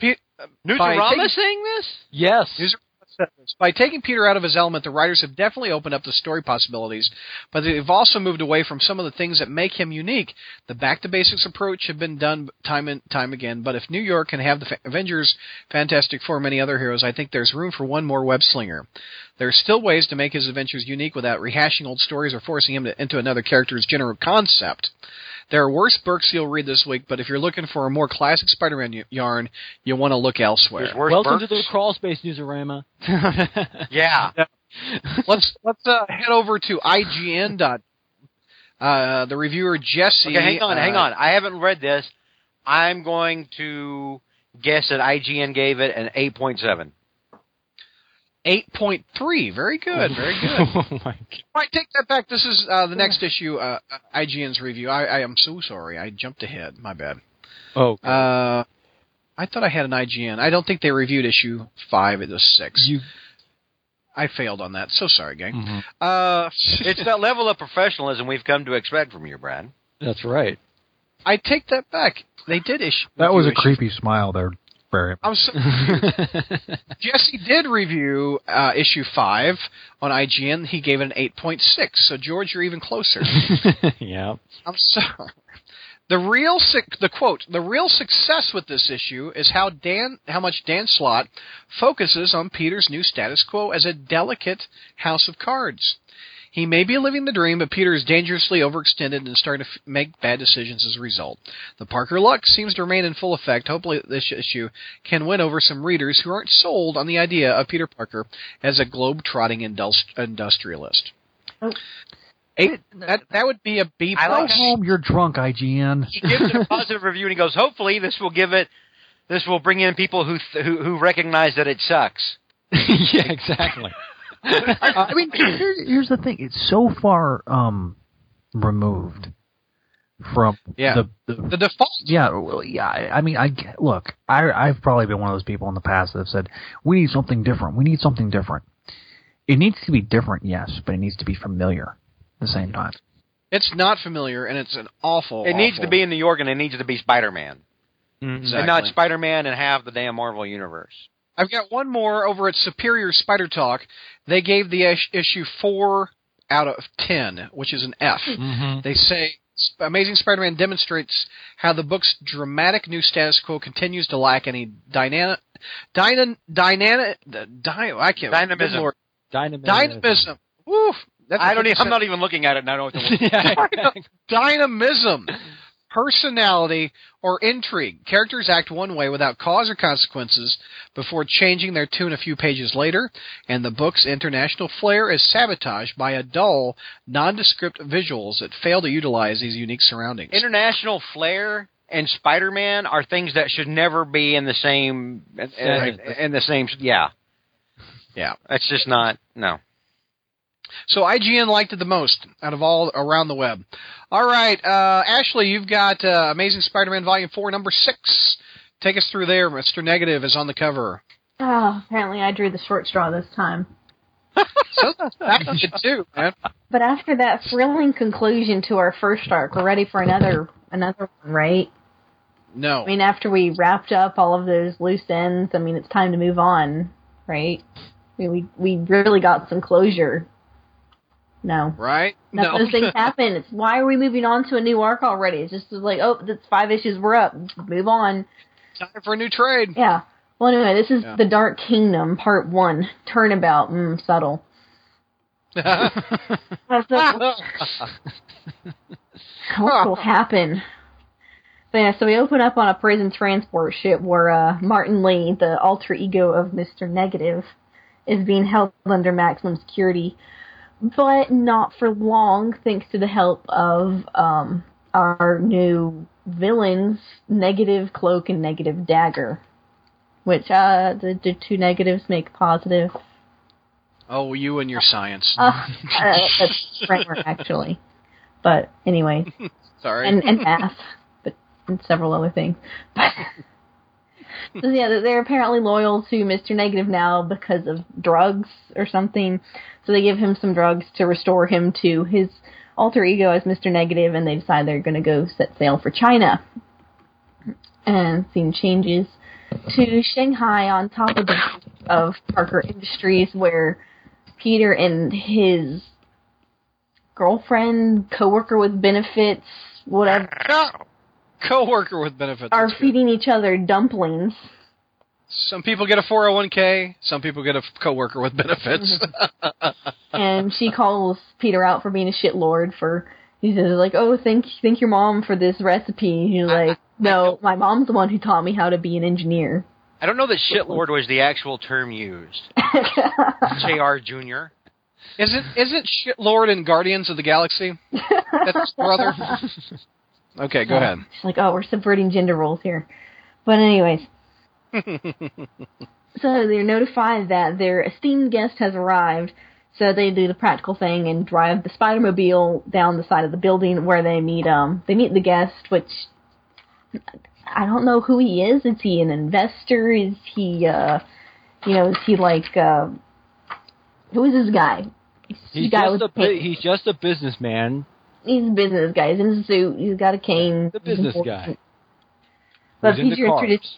Speaker 1: Peter, Pe- by taking-
Speaker 3: Newsarama saying this?
Speaker 5: Yes.
Speaker 1: These are- by taking Peter out of his element, the writers have definitely opened up the story possibilities, but they've also moved away from some of the things that make him unique. The back to basics approach have been done time and time again, but if New York can have the Fa- Avengers, Fantastic Four, and many other heroes, I think there's room for one more web slinger. There are still ways to make his adventures unique without rehashing old stories or forcing him to, into another character's general concept. There are worse books you'll read this week, but if you're looking for a more classic Spider-Man y- yarn, you want to look elsewhere.
Speaker 3: There's worse
Speaker 5: Welcome
Speaker 3: Burks.
Speaker 5: to the crawl space newsarama.
Speaker 3: Yeah.
Speaker 1: let's let's uh, head over to IGN. Dot, uh, the reviewer Jesse.
Speaker 3: Okay, hang on,
Speaker 1: uh,
Speaker 3: hang on. I haven't read this. I'm going to guess that IGN gave it an 8.7.
Speaker 1: Eight point three. Very good. Very good.
Speaker 5: oh my god.
Speaker 1: Right, take that back. This is uh, the next issue. Uh, IGN's review. I, I am so sorry. I jumped ahead. My bad.
Speaker 5: Oh.
Speaker 1: Uh, I thought I had an IGN. I don't think they reviewed issue five. It was six.
Speaker 5: You
Speaker 1: I failed on that. So sorry, gang.
Speaker 5: Mhm.
Speaker 1: Uh,
Speaker 3: It's that level of professionalism we've come to expect from you, Brad.
Speaker 5: That's right.
Speaker 1: I take that back. They did issue.
Speaker 2: That was a
Speaker 1: review issue-
Speaker 2: creepy smile there, Barry.
Speaker 1: I'm so,
Speaker 5: That's
Speaker 1: Jesse did review uh, issue five on IGN. He gave it an eight point six. So George, you're even closer.
Speaker 5: yeah.
Speaker 1: I'm sorry. The real suc- the quote the real success with this issue is how Dan how much Dan Slott focuses on Peter's new status quo as a delicate house of cards. He may be living the dream, but Peter is dangerously overextended and is starting to f- make bad decisions as a result. The Parker luck seems to remain in full effect. Hopefully, this issue can win over some readers who aren't sold on the idea of Peter Parker as a globe-trotting indus- industrialist.
Speaker 8: Oh.
Speaker 1: Eight, that, that would be a B
Speaker 3: I
Speaker 2: Go
Speaker 3: like
Speaker 1: plus.
Speaker 2: home, you're drunk, IGN.
Speaker 3: He gives it a positive review and he goes, "Hopefully, this will give it. This will bring in people who th- who, who recognize that it sucks."
Speaker 5: yeah, exactly.
Speaker 2: I mean, here, here's the thing: it's so far um, removed from
Speaker 1: Yeah.
Speaker 2: the, the
Speaker 1: the default.
Speaker 2: yeah, well, yeah. I I mean, I get- look. I I've probably been one of those people in the past that have said we need something different. We need something different. It needs to be different, yes, but it needs to be familiar at the same time.
Speaker 1: It's not familiar, and it's an awful.
Speaker 3: It needs
Speaker 1: awful-
Speaker 3: to be in New York, and it needs to be Spider-Man,
Speaker 1: Exactly.
Speaker 3: and not Spider-Man and half the damn Marvel universe.
Speaker 1: I've got one more over at Superior Spider Talk. They gave the ish- issue four out of ten, which is an F.
Speaker 5: Mhm.
Speaker 1: They say "Sp- Amazing Spider-Man demonstrates how the book's dramatic new status quo continues to lack any dynamic, dyna, dyna, dy- I can't
Speaker 3: Dynamism.
Speaker 1: good lord.
Speaker 5: Dynamism.
Speaker 1: dynamism. Woo, that's
Speaker 3: I don't.
Speaker 1: a
Speaker 3: Even, I'm
Speaker 1: 50%
Speaker 3: not even looking at it, and I don't know what to look
Speaker 5: yeah.
Speaker 1: dynamism, personality, or intrigue. Characters act one way without cause or consequences before changing their tune a few pages later, and the book's international flair is sabotaged by a dull, nondescript visuals that fail to utilize these unique surroundings.
Speaker 3: International flair and Spider-Man are things that should never be in the same in, in- in the same. Yeah,
Speaker 1: Yeah.
Speaker 3: It's just not. No.
Speaker 1: So IGN liked it the most out of all around the web. All right, uh, Ashley, you've got uh, Amazing Spider-Man Volume Four, Number Six. Take us through there. Mister Negative is on the cover.
Speaker 8: Oh, apparently I drew the short straw this time.
Speaker 1: So that's good too, man.
Speaker 8: But after that thrilling conclusion to our first arc, we're ready for another another one, right?
Speaker 1: No.
Speaker 8: I mean, after we wrapped up all of those loose ends, I mean, it's time to move on, right? I mean, we we really got some closure. No,
Speaker 1: Right?
Speaker 8: none of those things happen. It's why are we moving on to a new arc already? It's just like, oh, that's five issues. We're up. Move on.
Speaker 1: Time for a new trade.
Speaker 8: Yeah. Well, anyway, this is
Speaker 1: Yeah.
Speaker 8: the Dark Kingdom, Part One, Turnabout. Mm, subtle. Uh, so- what will happen? So yeah, so we open up on a prison transport ship where uh, Martin Lee, the alter ego of Mister Negative, is being held under maximum security, but not for long, thanks to the help of um, our new villains, Negative Cloak and Negative Dagger, which uh, the, the two negatives make positive.
Speaker 1: oh, you and your science.
Speaker 8: Uh, uh, that's framework actually, but anyway,
Speaker 1: Sorry.
Speaker 8: and, and math, but and several other things. But so yeah, they're- they're apparently loyal to Mr. Negative now because of drugs or something. So they give him some drugs to restore him to his alter ego as Mr. Negative, and they decide they're going to go set sail for China. And scene changes to Shanghai on top of the of Parker Industries, where Peter and his girlfriend, coworker with benefits, whatever,
Speaker 1: Co-worker with benefits.
Speaker 8: are
Speaker 1: That's good.
Speaker 8: feeding each other dumplings.
Speaker 1: Some people get a 401k. Some people get a coworker with benefits.
Speaker 8: and she calls Peter out for being a shitlord for he says like, "Oh, thank thank your mom for this recipe." And you're like, "No, my mom's the one who taught me how to be an engineer."
Speaker 3: I don't know that shitlord was the actual term used. Jr. Junior.
Speaker 1: isn't isn't shit Lord and Guardians of the Galaxy? That's his brother. okay, go ahead.
Speaker 8: She's like, "Oh, we're subverting gender roles here." But anyways, so they're notified that their esteemed guest has arrived. So they do the practical thing and drive the Spider Mobile down the side of the building where they meet um they meet the guest, which I don't know who he is. Is he an investor? Is he uh you know, is he like uh who is this guy? He's
Speaker 5: He's
Speaker 8: guy
Speaker 5: just
Speaker 8: with
Speaker 5: a
Speaker 8: pa-
Speaker 5: bu- he's just a businessman.
Speaker 8: he's a business guy. He's in a suit. He's got a cane.
Speaker 5: The
Speaker 8: He's
Speaker 5: business
Speaker 8: important.
Speaker 5: guy.
Speaker 8: But
Speaker 5: Who's into
Speaker 8: Peter
Speaker 5: cars.
Speaker 8: introduced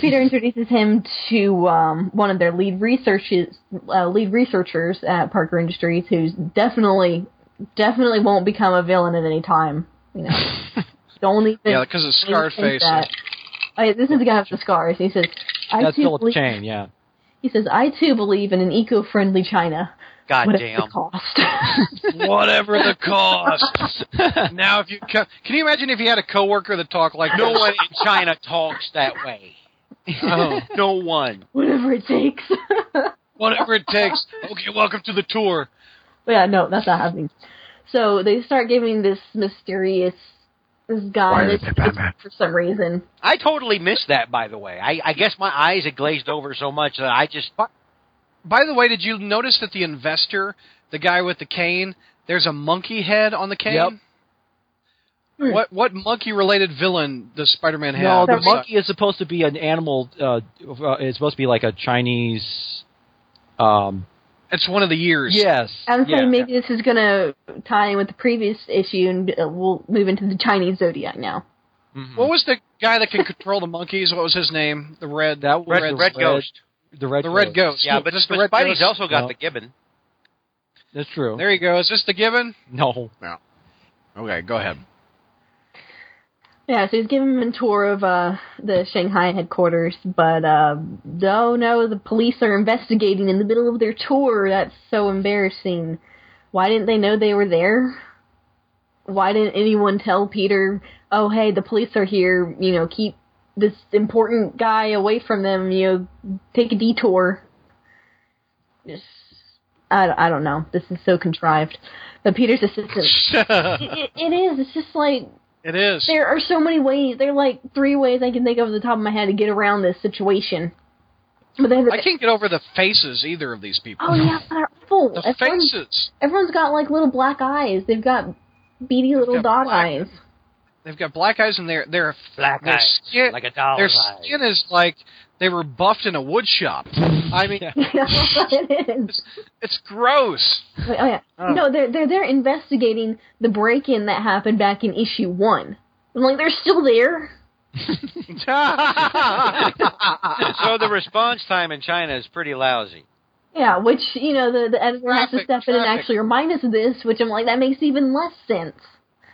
Speaker 8: Peter introduces him to um, one of their lead researches, uh, lead researchers at Parker Industries, who's definitely, definitely won't become a villain at any time. You know, don't even.
Speaker 1: Yeah, because it's scarred
Speaker 8: think
Speaker 1: face.
Speaker 8: that- Oh, yeah, this is the guy with the scars. He says, "I
Speaker 5: That's
Speaker 8: too
Speaker 5: Philip
Speaker 8: believe,
Speaker 5: Chain. Yeah.
Speaker 8: He says, "I too believe in an eco-friendly China,
Speaker 3: God
Speaker 8: whatever
Speaker 3: damn.
Speaker 8: the cost."
Speaker 1: Whatever the cost. now, if you co- can you imagine if you had a coworker that talked like
Speaker 3: No one in China talks that way.
Speaker 1: Oh.
Speaker 3: No one.
Speaker 8: whatever it takes.
Speaker 1: whatever it takes. Okay, welcome to the tour.
Speaker 8: But yeah, no, that's not happening. So they start giving this mysterious this
Speaker 2: Why
Speaker 8: guy
Speaker 2: is
Speaker 8: this,
Speaker 2: it Batman?
Speaker 8: for some reason.
Speaker 3: I totally missed that, by the way. I, I guess my eyes had glazed over so much that I just.
Speaker 1: By the way, did you notice that the investor, the guy with the cane, there's a monkey head on the cane?
Speaker 5: Yep.
Speaker 8: Hmm.
Speaker 1: What what monkey related villain does Spider Man
Speaker 5: No,
Speaker 1: have?
Speaker 5: the
Speaker 1: besides-
Speaker 5: monkey is supposed to be an animal. Uh, uh, it's supposed to be like a Chinese. Um.
Speaker 1: It's one of the years.
Speaker 5: Yes.
Speaker 8: I was
Speaker 5: yeah.
Speaker 8: saying maybe this is going to tie in with the previous issue, and uh, we'll move into the Chinese zodiac now.
Speaker 5: Mhm.
Speaker 1: What was the guy that can control the monkeys? What was his name? The red
Speaker 5: That was
Speaker 1: red,
Speaker 5: the
Speaker 1: red,
Speaker 3: Red Ghost.
Speaker 5: the red.
Speaker 1: the red
Speaker 5: Ghost.
Speaker 1: ghost.
Speaker 3: Yeah,
Speaker 1: No,
Speaker 3: but,
Speaker 1: just the
Speaker 3: but
Speaker 1: red
Speaker 3: Spidey's
Speaker 1: ghost.
Speaker 3: also got
Speaker 5: No.
Speaker 3: the gibbon.
Speaker 5: That's true.
Speaker 1: There you go. Is this the gibbon?
Speaker 5: No.
Speaker 1: Okay, go ahead.
Speaker 8: Yeah, so he's giving him a tour of uh, the Shanghai headquarters, but uh, oh no, the police are investigating in the middle of their tour. That's so embarrassing. Why didn't they know they were there? Why didn't anyone tell Peter, oh hey, the police are here, you know, keep this important guy away from them, you know, take a detour? Just, I, I don't know. This is so contrived. But Peter's assistant, it, it is, it's just like,
Speaker 1: it is.
Speaker 8: there are so many ways. There are like three ways I can think of at the top of my head to get around this situation. But they
Speaker 1: I can't get over the faces either of these people.
Speaker 8: oh yeah, they're awful.
Speaker 1: The
Speaker 8: Everyone's,
Speaker 1: faces.
Speaker 8: everyone's got like little black eyes. They've got beady little
Speaker 1: got
Speaker 8: dot
Speaker 1: black-
Speaker 8: eyes.
Speaker 1: They've got black eyes and they're they're
Speaker 3: Black
Speaker 1: their
Speaker 3: eyes.
Speaker 1: Skin,
Speaker 3: Like a
Speaker 1: their
Speaker 3: dollar eye.
Speaker 1: skin is like they were buffed in a wood shop. I mean,
Speaker 8: You know what it is.
Speaker 1: it's gross.
Speaker 8: Wait, oh yeah. No, they're they're they're investigating the break in that happened back in issue one. I'm like, they're still there.
Speaker 3: so the response time in China is pretty lousy.
Speaker 8: Yeah, which you know the the editor has to
Speaker 1: Traffic,
Speaker 8: step in and
Speaker 1: traffic.
Speaker 8: actually remind us of this, which I'm like, that makes even less sense.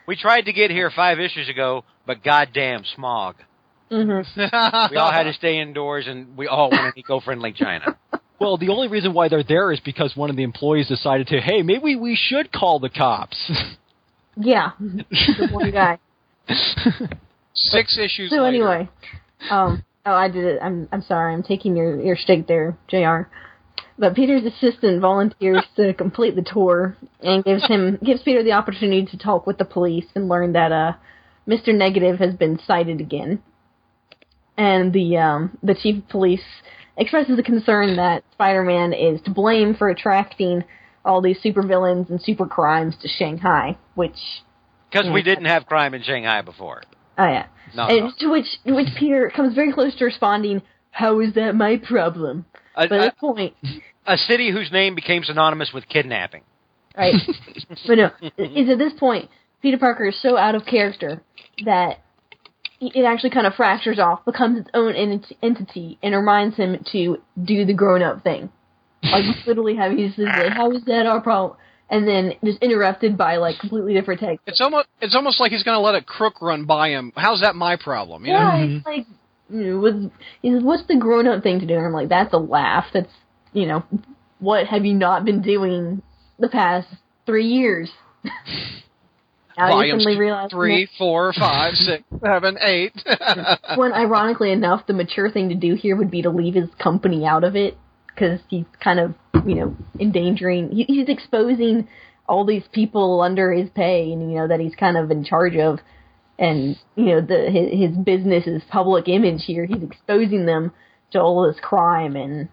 Speaker 3: We tried to get here five issues ago, but goddamn smog.
Speaker 8: hmm
Speaker 3: We all had to stay indoors, and we all went in eco-friendly China.
Speaker 5: Well, the only reason why they're there is because one of the employees decided to, hey, maybe we should call the cops.
Speaker 8: Yeah, the one guy.
Speaker 1: Six issues.
Speaker 8: So
Speaker 1: later.
Speaker 8: anyway, um, oh, I did it. I'm I'm sorry. I'm taking your your stake there, Jr. But Peter's assistant volunteers to complete the tour and gives him gives Peter the opportunity to talk with the police and learn that uh, Mr. Negative has been cited again. And the um, the chief of police expresses a concern that Spider-Man is to blame for attracting all these supervillains and super crimes to Shanghai, which
Speaker 3: Because we didn't have crime in Shanghai before.
Speaker 8: Oh yeah.
Speaker 3: No,
Speaker 8: and
Speaker 3: no.
Speaker 8: to which which Peter comes very close to responding, "How is that my problem?"
Speaker 3: A,
Speaker 8: But at
Speaker 3: a,
Speaker 8: this point,
Speaker 3: a city whose name became synonymous with kidnapping.
Speaker 8: right? but no, is at this point Peter Parker is so out of character that it actually kind of fractures off, becomes its own ent- entity, and reminds him to do the grown-up thing. Like literally, how he says, like, "How is that our problem?" And then just interrupted by like completely different text.
Speaker 1: It's almost it's almost like he's going to let a crook run by him. How's that my problem? You know?
Speaker 8: Yeah, it's like, you know, with, he says, what's the grown up thing to do? And I'm like, that's a laugh. That's, you know, what have you not been doing the past three years? now you
Speaker 1: Volumes
Speaker 8: suddenly realize
Speaker 1: Three, four, five, six, seven, eight.
Speaker 8: when, ironically enough, the mature thing to do here would be to leave his company out of it because he's kind of, you know, endangering. He, he's exposing all these people under his pay, and you know that he's kind of in charge of, and you know the his, his business, his public image here. He's exposing them to all this crime and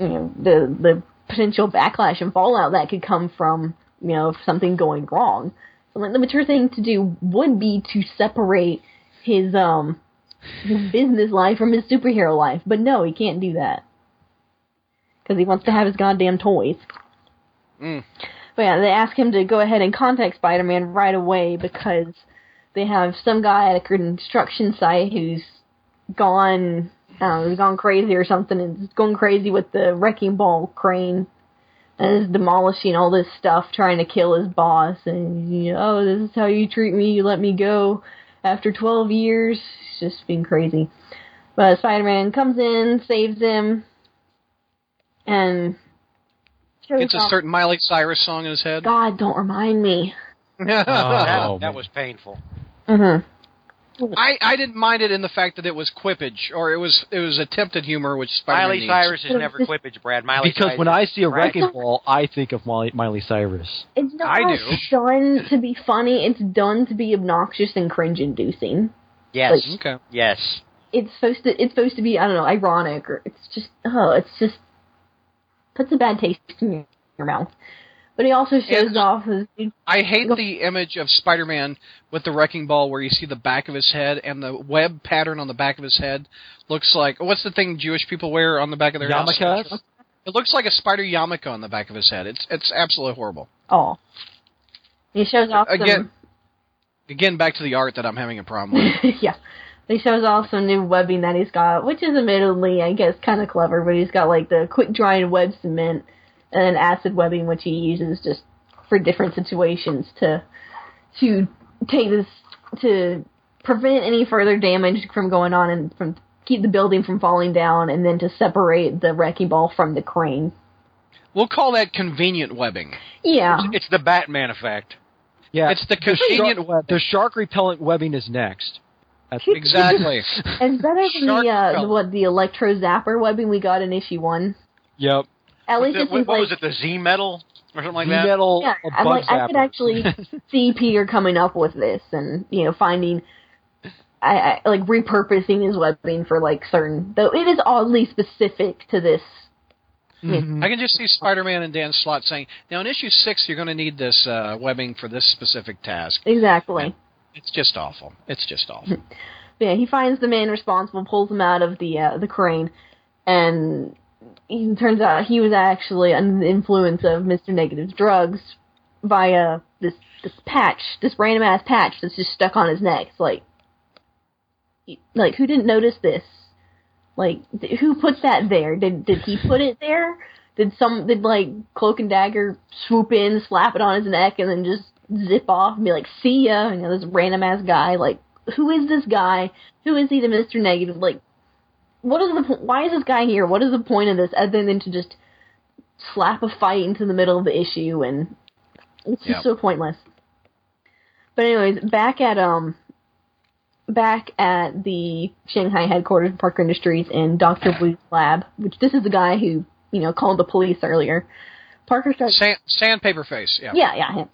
Speaker 8: you know the the potential backlash and fallout that could come from you know something going wrong. So like the mature thing to do would be to separate his um his business life from his superhero life. But no, he can't do that because he wants to have his goddamn toys.
Speaker 1: Mm.
Speaker 8: But yeah, they ask him to go ahead and contact Spider-Man right away because they have some guy at a construction site who's gone, uh, who's gone crazy or something, and is going crazy with the wrecking ball crane and is demolishing all this stuff, trying to kill his boss. And you know, oh, this is how you treat me. You let me go after 12 years. It's just been crazy. But Spider-Man comes in, saves him, and shows
Speaker 1: It's a
Speaker 8: off-
Speaker 1: certain Miley Cyrus song in his head.
Speaker 8: God, don't remind me.
Speaker 1: I
Speaker 5: Oh,
Speaker 3: that
Speaker 5: man.
Speaker 3: was painful.
Speaker 8: Mm-hmm.
Speaker 1: I didn't mind it in the fact that it was quippage or it was it was attempted humor, which Spider-Man
Speaker 3: Miley
Speaker 1: needs.
Speaker 3: Cyrus is never quippage, Brad. Miley
Speaker 5: Because
Speaker 3: Cyrus
Speaker 5: when I see a
Speaker 3: right?
Speaker 5: wrecking ball, I think of Miley, Miley Cyrus.
Speaker 8: It's not
Speaker 1: I do.
Speaker 8: done to be funny. It's done to be obnoxious and cringe-inducing.
Speaker 3: yes,
Speaker 8: like-
Speaker 1: Okay.
Speaker 3: yes,
Speaker 8: It's supposed to. It's supposed to be. I don't know. Ironic or it's just. Oh, it's just puts a bad taste in your, your mouth. But he also shows
Speaker 1: It's-
Speaker 8: off his.
Speaker 1: I hate the image of Spider-Man with the wrecking ball where you see the back of his head and the web pattern on the back of his head looks like what's the thing Jewish people wear on the back of their house?
Speaker 5: Yamakas?
Speaker 1: It looks like a spider yarmulke on the back of his head. It's it's absolutely horrible.
Speaker 8: Oh. He shows off
Speaker 1: Again- Again, back to the art that I'm having a problem with.
Speaker 8: some. yeah. He shows off some new webbing that he's got, which is admittedly, I guess, kind of clever. But he's got like the quick drying web cement and then acid webbing, which he uses just for different situations to to take this to prevent any further damage from going on and from keep the building from falling down, and then to separate the wrecking ball from the crane.
Speaker 1: We'll call that convenient webbing.
Speaker 8: Yeah,
Speaker 3: it's the Batman effect.
Speaker 5: Yeah,
Speaker 1: It's the convenient
Speaker 5: shark, the shark repellent webbing is next. That's
Speaker 1: Exactly.
Speaker 8: and better than
Speaker 1: Shark
Speaker 8: the uh,
Speaker 1: repellent.
Speaker 8: what the electro zapper webbing we got in issue one.
Speaker 5: Yep.
Speaker 8: At
Speaker 3: What
Speaker 8: least
Speaker 3: the-
Speaker 8: this
Speaker 3: what
Speaker 8: is
Speaker 3: what
Speaker 8: like
Speaker 3: was it? The Z metal or something like
Speaker 5: V
Speaker 3: that.
Speaker 5: metal
Speaker 8: Yeah,
Speaker 5: a
Speaker 8: I'm
Speaker 5: bug
Speaker 8: like I could
Speaker 5: zapper.
Speaker 8: actually see Peter coming up with this, and you know, finding, I, I like repurposing his webbing for like certain. Though it is oddly specific to this.
Speaker 1: I can just see Spider-Man and Dan Slott saying, "Now in issue six, you're going to need this uh, webbing for this specific task."
Speaker 8: Exactly.
Speaker 1: It's just awful. It's just awful.
Speaker 8: Yeah, he finds the man responsible, pulls him out of the uh, the crane, and he turns out he was actually under the influence of Mister Negative's drugs via this this patch, this random ass patch that's just stuck on his neck. It's like, y- like who didn't notice this? Like th- who put that there? Did did he put it there? Did some did like Cloak and Dagger swoop in, slap it on his neck, and then just zip off and be like, "See ya," you know, this random ass guy like who is this guy? Who is he to Mr. Negative? Like, what is the po- why is this guy here? What is the point of this other than to just slap a fight into the middle of the issue and it's
Speaker 1: Yeah.
Speaker 8: just so pointless. But anyways, back at um back at the Shanghai headquarters of Parker Industries in Dr. Wu's lab, which this is the guy who, you know, called the police earlier. Parker starts
Speaker 1: Sand, sandpaper face. Yeah.
Speaker 8: yeah, yeah, him.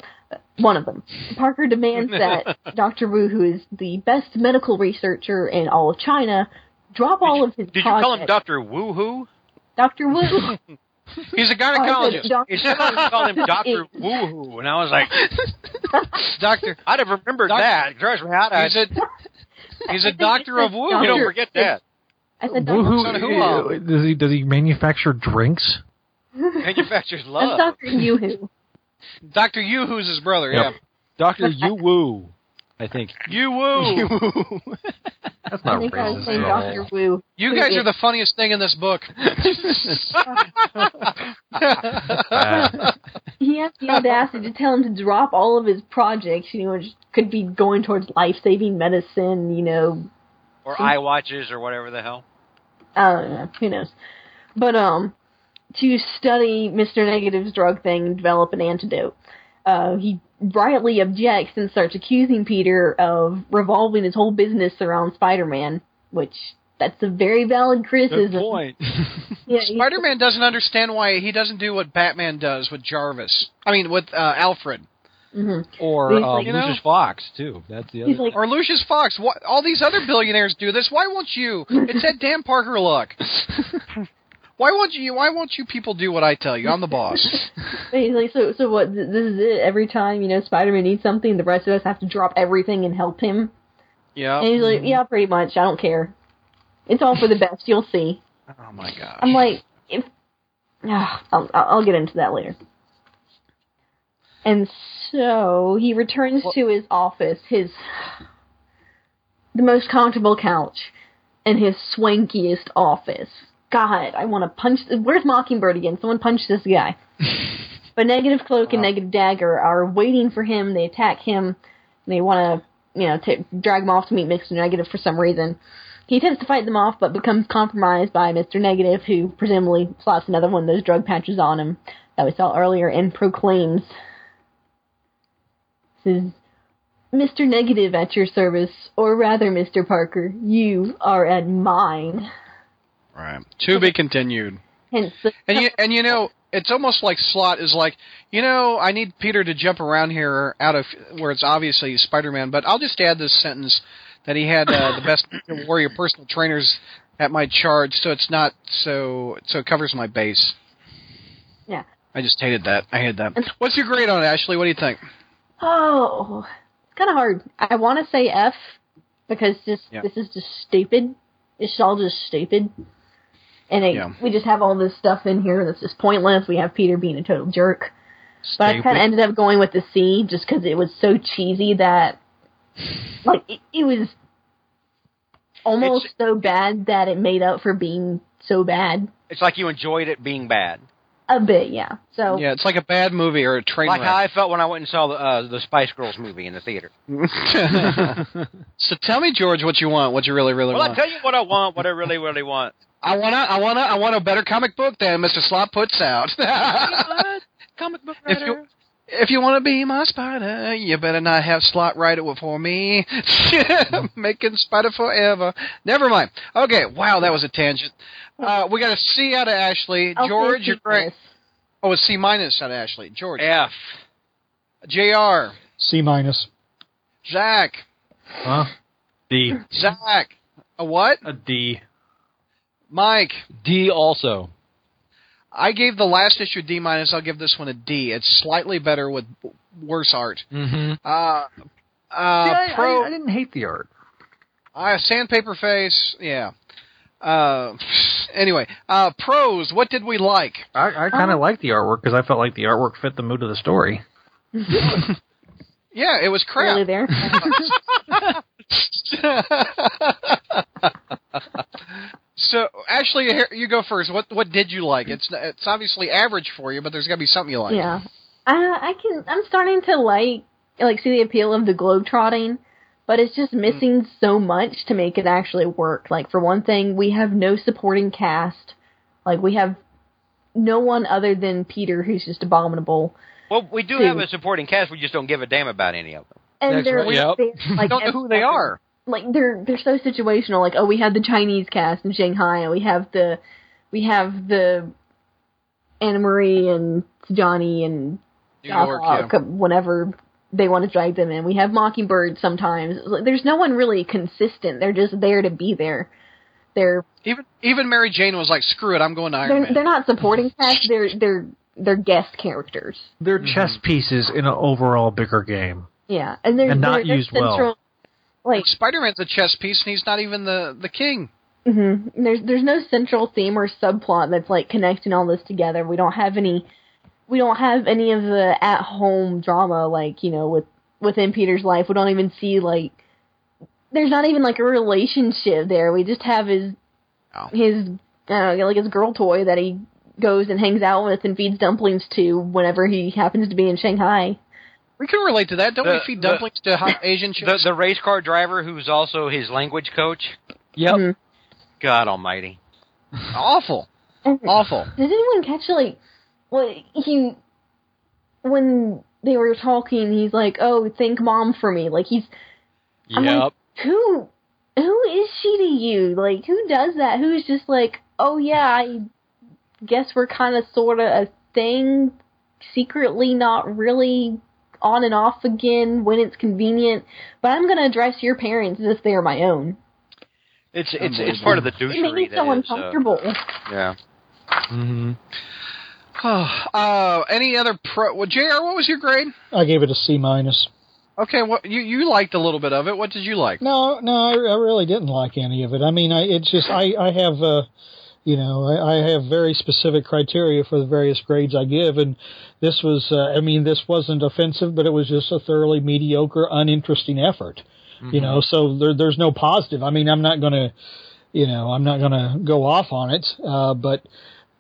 Speaker 8: One of them. Parker demands that Dr. Wu, who is the best medical researcher in all of China, drop all of his
Speaker 3: Did you call him
Speaker 8: projects.
Speaker 3: Doctor Woo Hoo?
Speaker 8: Dr. Wu? I
Speaker 1: He's a
Speaker 8: said
Speaker 1: gynecologist.
Speaker 8: Doc-
Speaker 3: He said I called him Doctor Woo Hoo, and I was like,
Speaker 1: Doctor.
Speaker 3: I'd have remembered
Speaker 1: Doc-
Speaker 3: that. Trust me, I'd
Speaker 1: He's
Speaker 3: have-
Speaker 1: a he's
Speaker 8: I
Speaker 1: a
Speaker 8: said
Speaker 1: doctor of
Speaker 8: Dr.
Speaker 1: woo. You don't
Speaker 8: Wu.
Speaker 3: forget that.
Speaker 8: I said Dr. Wu.
Speaker 2: uh,
Speaker 1: Woohoo.
Speaker 9: Woohoo! uh, Does he does he manufacture drinks?
Speaker 3: Manufacturers
Speaker 8: That's
Speaker 3: love.
Speaker 8: Dr. Yu Hu.
Speaker 1: Doctor Yu, who's his brother.
Speaker 9: Yep.
Speaker 5: Doctor Yu Woo, I think.
Speaker 1: Yeah. You woo.
Speaker 9: That's
Speaker 8: I
Speaker 9: not
Speaker 8: think I was saying
Speaker 9: racist at all.
Speaker 8: Dr. Wu.
Speaker 1: you guys are the funniest thing in this book.
Speaker 9: Ah,
Speaker 8: He has the audacity to tell him to drop all of his projects, you know, which could be going towards life saving medicine, you know,
Speaker 3: Or eye watches or whatever the hell.
Speaker 8: I don't know. Who knows? But um, to study Mister Negative's drug thing and develop an antidote, uh, he rightly objects and starts accusing Peter of revolving his whole business around Spider-Man, which that's a very valid criticism.
Speaker 5: Good point.
Speaker 8: Yeah, he-
Speaker 1: Spider-Man doesn't understand why he doesn't do what Batman does with Jarvis. I mean, with uh, Alfred
Speaker 8: mhm.
Speaker 5: Or
Speaker 8: He's
Speaker 5: uh,
Speaker 8: like,
Speaker 1: you know-
Speaker 5: Lucius Fox too. That's the other.
Speaker 8: He's like,
Speaker 1: or Lucius Fox. Why, all these other billionaires do this. Why won't you? It's that damn Parker look. Why won't you? Why won't you people do what I tell you? I'm the boss.
Speaker 8: he's like, so, so what? th- This is it. Every time you know Spider-Man needs something, the rest of us have to drop everything and help him.
Speaker 1: Yeah.
Speaker 8: And he's like, yeah, pretty much. I don't care. It's all for the best. You'll see.
Speaker 1: Oh my gosh.
Speaker 8: I'm like, if ah, I'll, I'll get into that later. And so he returns to his office, his the most comfortable couch, and his swankiest office. God, I want to punch. Where's Mockingbird again? Someone punch this guy. but Negative Cloak and Negative Dagger are waiting for him. They attack him. They want to, you know, t- drag him off to meet Mr. Negative for some reason. He attempts to fight them off, but becomes compromised by Mr. Negative, who presumably plots another one of those drug patches on him that we saw earlier and proclaims This is Mr. Negative at your service, or rather, Mr. Parker, you are at mine.
Speaker 6: Right.
Speaker 1: To be continued.
Speaker 8: Hence the
Speaker 1: And you and you know, it's almost like Slot is like, you know, I need Peter to jump around here out of where it's obviously Spider-Man, but I'll just add this sentence that he had uh, the best warrior personal trainers at my charge, so it's not so so it covers my base.
Speaker 8: Yeah.
Speaker 1: I just hated that. I hated that. What's your grade on it, Ashley? What do you think?
Speaker 8: Oh, it's kind of hard. I want to say F because this
Speaker 1: Yeah.
Speaker 8: this is just stupid. It's all just stupid, and it,
Speaker 1: Yeah.
Speaker 8: we just have all this stuff in here that's just pointless. We have Peter being a total jerk, but I kind
Speaker 2: Stupid.
Speaker 8: of ended up going with the C just because it was so cheesy that like it, it was almost so bad that it made up for being so bad
Speaker 3: It's like you enjoyed it being bad.
Speaker 8: a bit. Yeah. So
Speaker 1: Yeah, it's like a bad movie or a train
Speaker 3: Like how
Speaker 1: wreck.
Speaker 3: I felt when I went and saw the uh, the Spice Girls movie in the theater.
Speaker 1: so tell me, George, what you want? What you really, really
Speaker 3: Well, I
Speaker 1: want?
Speaker 3: tell you what I want. What I really, really want.
Speaker 1: I want to, I want to, I want a better comic book than Mr. Slop puts out.
Speaker 3: Comic book
Speaker 1: if you if you want to be my spider, you better not have Slot write it for me. Making spider forever. Never mind. Okay. Wow, that was a tangent. Uh, we got a C out of Ashley.
Speaker 8: I'll say
Speaker 1: George,
Speaker 8: C
Speaker 1: you're great.
Speaker 8: minus.
Speaker 1: Oh, a C minus out of Ashley. George.
Speaker 3: F.
Speaker 1: Jr.
Speaker 10: C minus.
Speaker 1: Zach.
Speaker 2: Huh? D.
Speaker 1: Zach. A what?
Speaker 2: A D.
Speaker 1: Mike.
Speaker 5: D also.
Speaker 1: I gave the last issue a D minus. I'll give this one a D. It's slightly better with w- worse art.
Speaker 5: Mm-hmm.
Speaker 1: Uh, uh,
Speaker 2: Yeah, I-
Speaker 1: pro
Speaker 2: I, I didn't hate the art.
Speaker 1: uh, sandpaper face. Yeah. Uh, anyway, uh, pros. What did we like?
Speaker 2: I, I kind of liked the artwork because I felt like the artwork fit the mood of the story.
Speaker 1: Yeah, it was crap.
Speaker 8: really there.
Speaker 1: so, Ashley, here, you go first. What what did you like? It's it's obviously average for you, but there's got to be something you like.
Speaker 8: Yeah, I I can. I'm starting to like like see the appeal of the globetrotting, but it's just missing so much to make it actually work. Like for one thing, we have no supporting cast. Like we have no one other than Peter, who's just abominable.
Speaker 3: Well, we do
Speaker 8: Two.
Speaker 3: have a supporting cast. We just don't give a damn about any of them.
Speaker 8: And
Speaker 5: That's
Speaker 8: they're
Speaker 5: right, yep.
Speaker 8: they- like
Speaker 1: I don't know who they are.
Speaker 8: like they're they're so situational. Like oh, we have the Chinese cast in Shanghai, and we have the we have the Anna Marie and Johnny and
Speaker 1: New York,
Speaker 8: Jabba,
Speaker 1: yeah.
Speaker 8: c- whenever they want to drag them in. We have Mockingbird sometimes. It's like, There's no one really consistent. They're just there to be there. They're
Speaker 1: Even even Mary Jane was like, "Screw it, I'm going to Iron
Speaker 8: they're,
Speaker 1: Man."
Speaker 8: they're not supporting cast. They're they're they're guest characters.
Speaker 9: They're
Speaker 2: Mm-hmm.
Speaker 9: chess pieces in an overall bigger game.
Speaker 8: Yeah, and they're
Speaker 9: And not
Speaker 8: they're, they're
Speaker 9: used well.
Speaker 8: central. Like
Speaker 1: Spider Man's a chess piece, and he's not even the the king.
Speaker 8: hmm There's there's no central theme or subplot that's like connecting all this together. We don't have any we don't have any of the at home drama like you know with within Peter's life. We don't even see like there's not even like a relationship there. We just have his
Speaker 1: Oh.
Speaker 8: his uh, like his girl toy that he goes and hangs out with and feeds dumplings to whenever he happens to be in Shanghai.
Speaker 1: We can relate to that, don't we?
Speaker 3: The-
Speaker 1: Feed
Speaker 3: the-
Speaker 1: dumplings to hot Asian
Speaker 3: The
Speaker 1: chicks.
Speaker 3: the race car driver who's also his language coach.
Speaker 5: Yep.
Speaker 8: Mhm.
Speaker 3: God Almighty.
Speaker 1: awful,
Speaker 8: And-
Speaker 1: awful.
Speaker 8: Did anyone catch like what he when they were talking? He's like, "Oh, thank mom for me." Like he's I'm like-
Speaker 5: Yep.
Speaker 8: who who is she to you? Like who does that? Who's just like, "Oh yeah, I guess we're kind of sort of a thing, secretly not really." On and off again when it's convenient, but I'm gonna address your parents as if they are my own.
Speaker 3: It's it's it's part of the douchery.
Speaker 8: It made me
Speaker 3: that
Speaker 8: so
Speaker 3: is, uh,
Speaker 8: uncomfortable.
Speaker 3: yeah.
Speaker 5: Mm-hmm.
Speaker 1: uh, any other pro? Well, Jr., what was your grade?
Speaker 10: I gave it a C minus.
Speaker 6: Okay, well, you you liked a little bit of it. What did you like?
Speaker 7: No, no, I, I really didn't like any of it. I mean, I it's just I I have uh, you know, I, I have very specific criteria for the various grades I give, and this was uh, I mean, this wasn't offensive, but it was just a thoroughly mediocre, uninteresting effort.
Speaker 6: Mm-hmm.
Speaker 7: You know, so there there's no positive. I mean, I'm not gonna, you know, I'm not gonna go off on it, uh, but.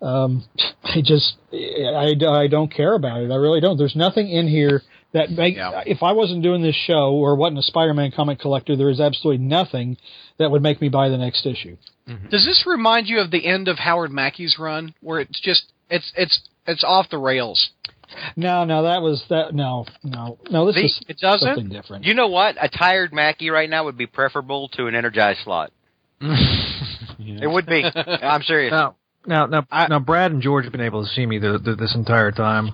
Speaker 7: Um, I just, I, I don't care about it. I really don't. There's nothing in here that make, if I wasn't doing this show or wasn't a Spider-Man comic collector, there is absolutely nothing that would make me buy the next issue.
Speaker 8: Mm-hmm.
Speaker 6: Does this remind you of the end of Howard Mackey's run, where it's just it's it's it's off the rails?
Speaker 7: No, no, that was that. No, no, no. This
Speaker 3: See,
Speaker 7: is
Speaker 3: it doesn't?
Speaker 7: something different.
Speaker 3: You know what? A tired Mackie right now would be preferable to an energized slot. It would be. I'm serious.
Speaker 2: Now, now, now, now, Brad and George have been able to see me th- th- this entire time.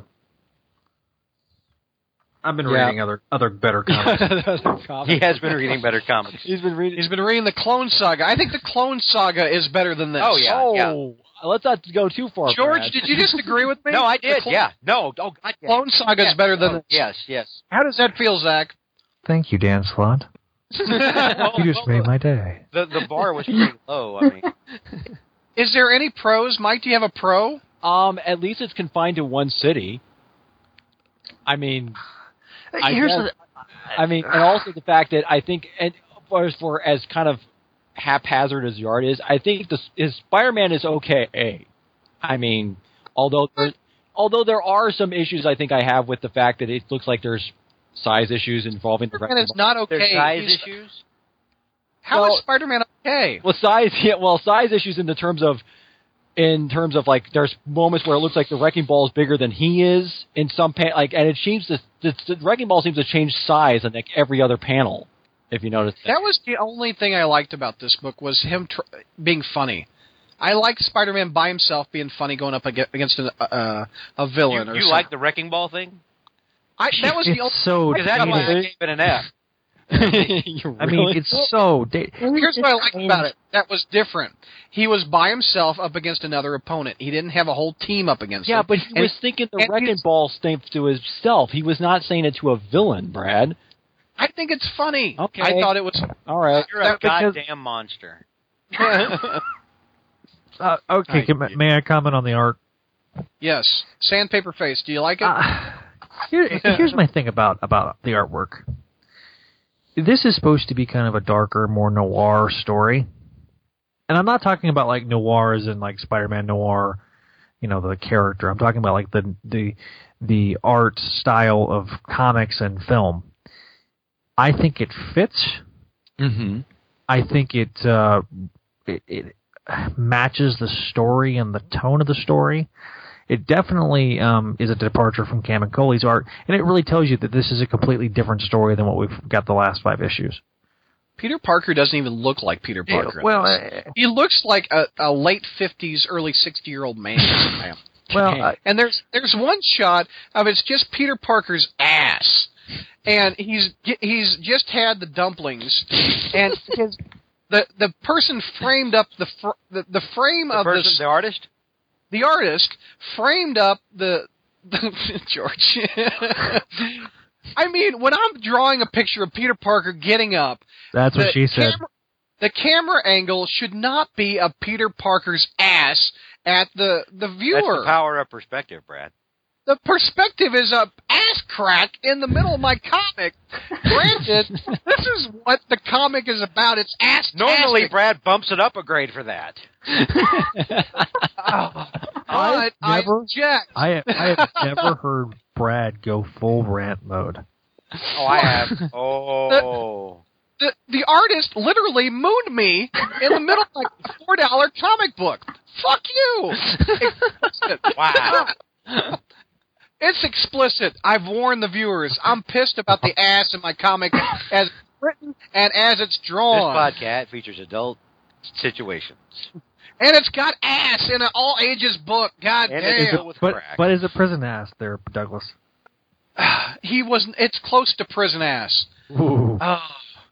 Speaker 2: I've been
Speaker 5: Yeah.
Speaker 2: reading other other better comics.
Speaker 3: He
Speaker 5: he
Speaker 3: has been reading better comics.
Speaker 5: He's been reading.
Speaker 6: He's been reading the Clone Saga. I think the Clone Saga is better than this.
Speaker 3: Oh yeah, yeah.
Speaker 5: Oh, let's not go too far.
Speaker 6: George,
Speaker 5: Brad.
Speaker 6: did you just agree with me?
Speaker 3: No, I
Speaker 6: The
Speaker 3: did.
Speaker 6: Clone-
Speaker 3: Yeah. No. Oh, God, yeah.
Speaker 6: Clone Saga is better than
Speaker 3: Oh,
Speaker 6: this.
Speaker 3: yes, yes.
Speaker 6: How does that feel, Zach?
Speaker 2: Thank you, Dan Slot. You just made my day.
Speaker 3: The the bar was pretty low. I mean,
Speaker 6: Is there any pros, Mike? Do you have a pro?
Speaker 5: Um, at least it's confined to one city. I mean, I
Speaker 2: Here's
Speaker 5: guess- I mean, and also the fact that I think, and as for as kind of haphazard as the art is, I think the his Spider-Man is okay. I mean, although there, although there are some issues, I think I have with the fact that it looks like there's size issues involving the
Speaker 6: Spider-Man is not
Speaker 3: there's
Speaker 6: okay.
Speaker 3: size
Speaker 6: He's-
Speaker 3: issues.
Speaker 6: How is
Speaker 5: Well-
Speaker 6: Spider-Man okay?
Speaker 5: Well, size, yeah, well, size issues in the terms of, in terms of like, there's moments where it looks like the wrecking ball is bigger than he is in some pan, like, and it seems to, the, the wrecking ball seems to change size in like every other panel, if you notice.
Speaker 6: That was the only thing I liked about this book was him tr- being funny. I liked Spider-Man by himself being funny, going up aga- against an, uh, a villain
Speaker 3: You,
Speaker 6: or
Speaker 3: you
Speaker 6: something.
Speaker 3: like the wrecking ball thing?
Speaker 6: I, that was the only.
Speaker 2: it's so.
Speaker 3: Because that's why I
Speaker 2: dated.
Speaker 3: gave it an F.
Speaker 5: You
Speaker 2: I
Speaker 5: really-
Speaker 2: mean, it's so. Da-
Speaker 8: It was
Speaker 6: Here's
Speaker 8: just
Speaker 6: what I liked
Speaker 8: strange.
Speaker 6: about it. That was different. He was by himself up against another opponent. He didn't have a whole team up against
Speaker 5: yeah,
Speaker 6: him.
Speaker 5: but he
Speaker 6: And-
Speaker 5: was thinking the
Speaker 6: and
Speaker 5: wrecking
Speaker 6: he's-
Speaker 5: ball stuff to himself. He was not saying it to a villain, Brad.
Speaker 6: I think it's funny.
Speaker 5: Okay.
Speaker 6: I thought it was.
Speaker 5: All right.
Speaker 3: You're a
Speaker 6: That-
Speaker 2: because-
Speaker 3: goddamn monster.
Speaker 2: uh, okay,
Speaker 6: I-
Speaker 2: can, may I comment on the art?
Speaker 6: Yes. Sandpaper face. Do you like it?
Speaker 2: Uh, here, here's my thing about about the artwork. This is supposed to be kind of a darker, more noir story, and I'm not talking about like noir as in like Spider-Man noir, you know, the character. I'm talking about like the the the art style of comics and film. I think it fits.
Speaker 5: Mm-hmm.
Speaker 2: I think it uh, it, it matches the story and the tone of the story. It definitely um, is a departure from Cam and Coley's art, and it really tells you that this is a completely different story than what we've got the last five issues.
Speaker 6: Peter Parker doesn't even look like Peter Parker. in
Speaker 2: well,
Speaker 6: this.
Speaker 2: uh,
Speaker 6: he looks like a, a late fifties, early sixty year old man.
Speaker 2: well, uh,
Speaker 6: and there's there's one shot of it's just Peter Parker's ass, and he's he's just had the dumplings, and his the the person framed up the fr- the, the frame
Speaker 3: The
Speaker 6: of
Speaker 3: person,
Speaker 6: this
Speaker 3: the artist.
Speaker 6: the artist framed up the, the George. I mean, when I'm drawing a picture of Peter Parker getting up,
Speaker 2: that's what she said.
Speaker 6: Camera, the camera angle should not be of Peter Parker's ass at the the
Speaker 3: That's
Speaker 6: viewer.
Speaker 3: the power of perspective, Brad.
Speaker 6: the perspective is a ass crack in the middle of my comic. Granted, this is what the comic is about. It's ass.
Speaker 3: Normally, Brad bumps it up a grade for that.
Speaker 6: but I
Speaker 2: never-
Speaker 6: object.
Speaker 2: I I have never heard Brad go full rant mode.
Speaker 3: Oh, I have. Oh,
Speaker 6: the, the artist literally mooned me in the middle of like a four dollar comic book. Fuck you.
Speaker 3: wow.
Speaker 6: It's explicit. I've warned the viewers. I'm pissed about the ass in my comic as written and as it's
Speaker 3: This
Speaker 6: drawn.
Speaker 3: podcast features adult situations,
Speaker 6: And it's got ass in an all ages book. God
Speaker 3: and it's
Speaker 6: damn.
Speaker 3: filled with
Speaker 2: But
Speaker 3: crack.
Speaker 2: but is a prison ass there, Douglas?
Speaker 6: he was it's close to prison ass.
Speaker 2: Ooh,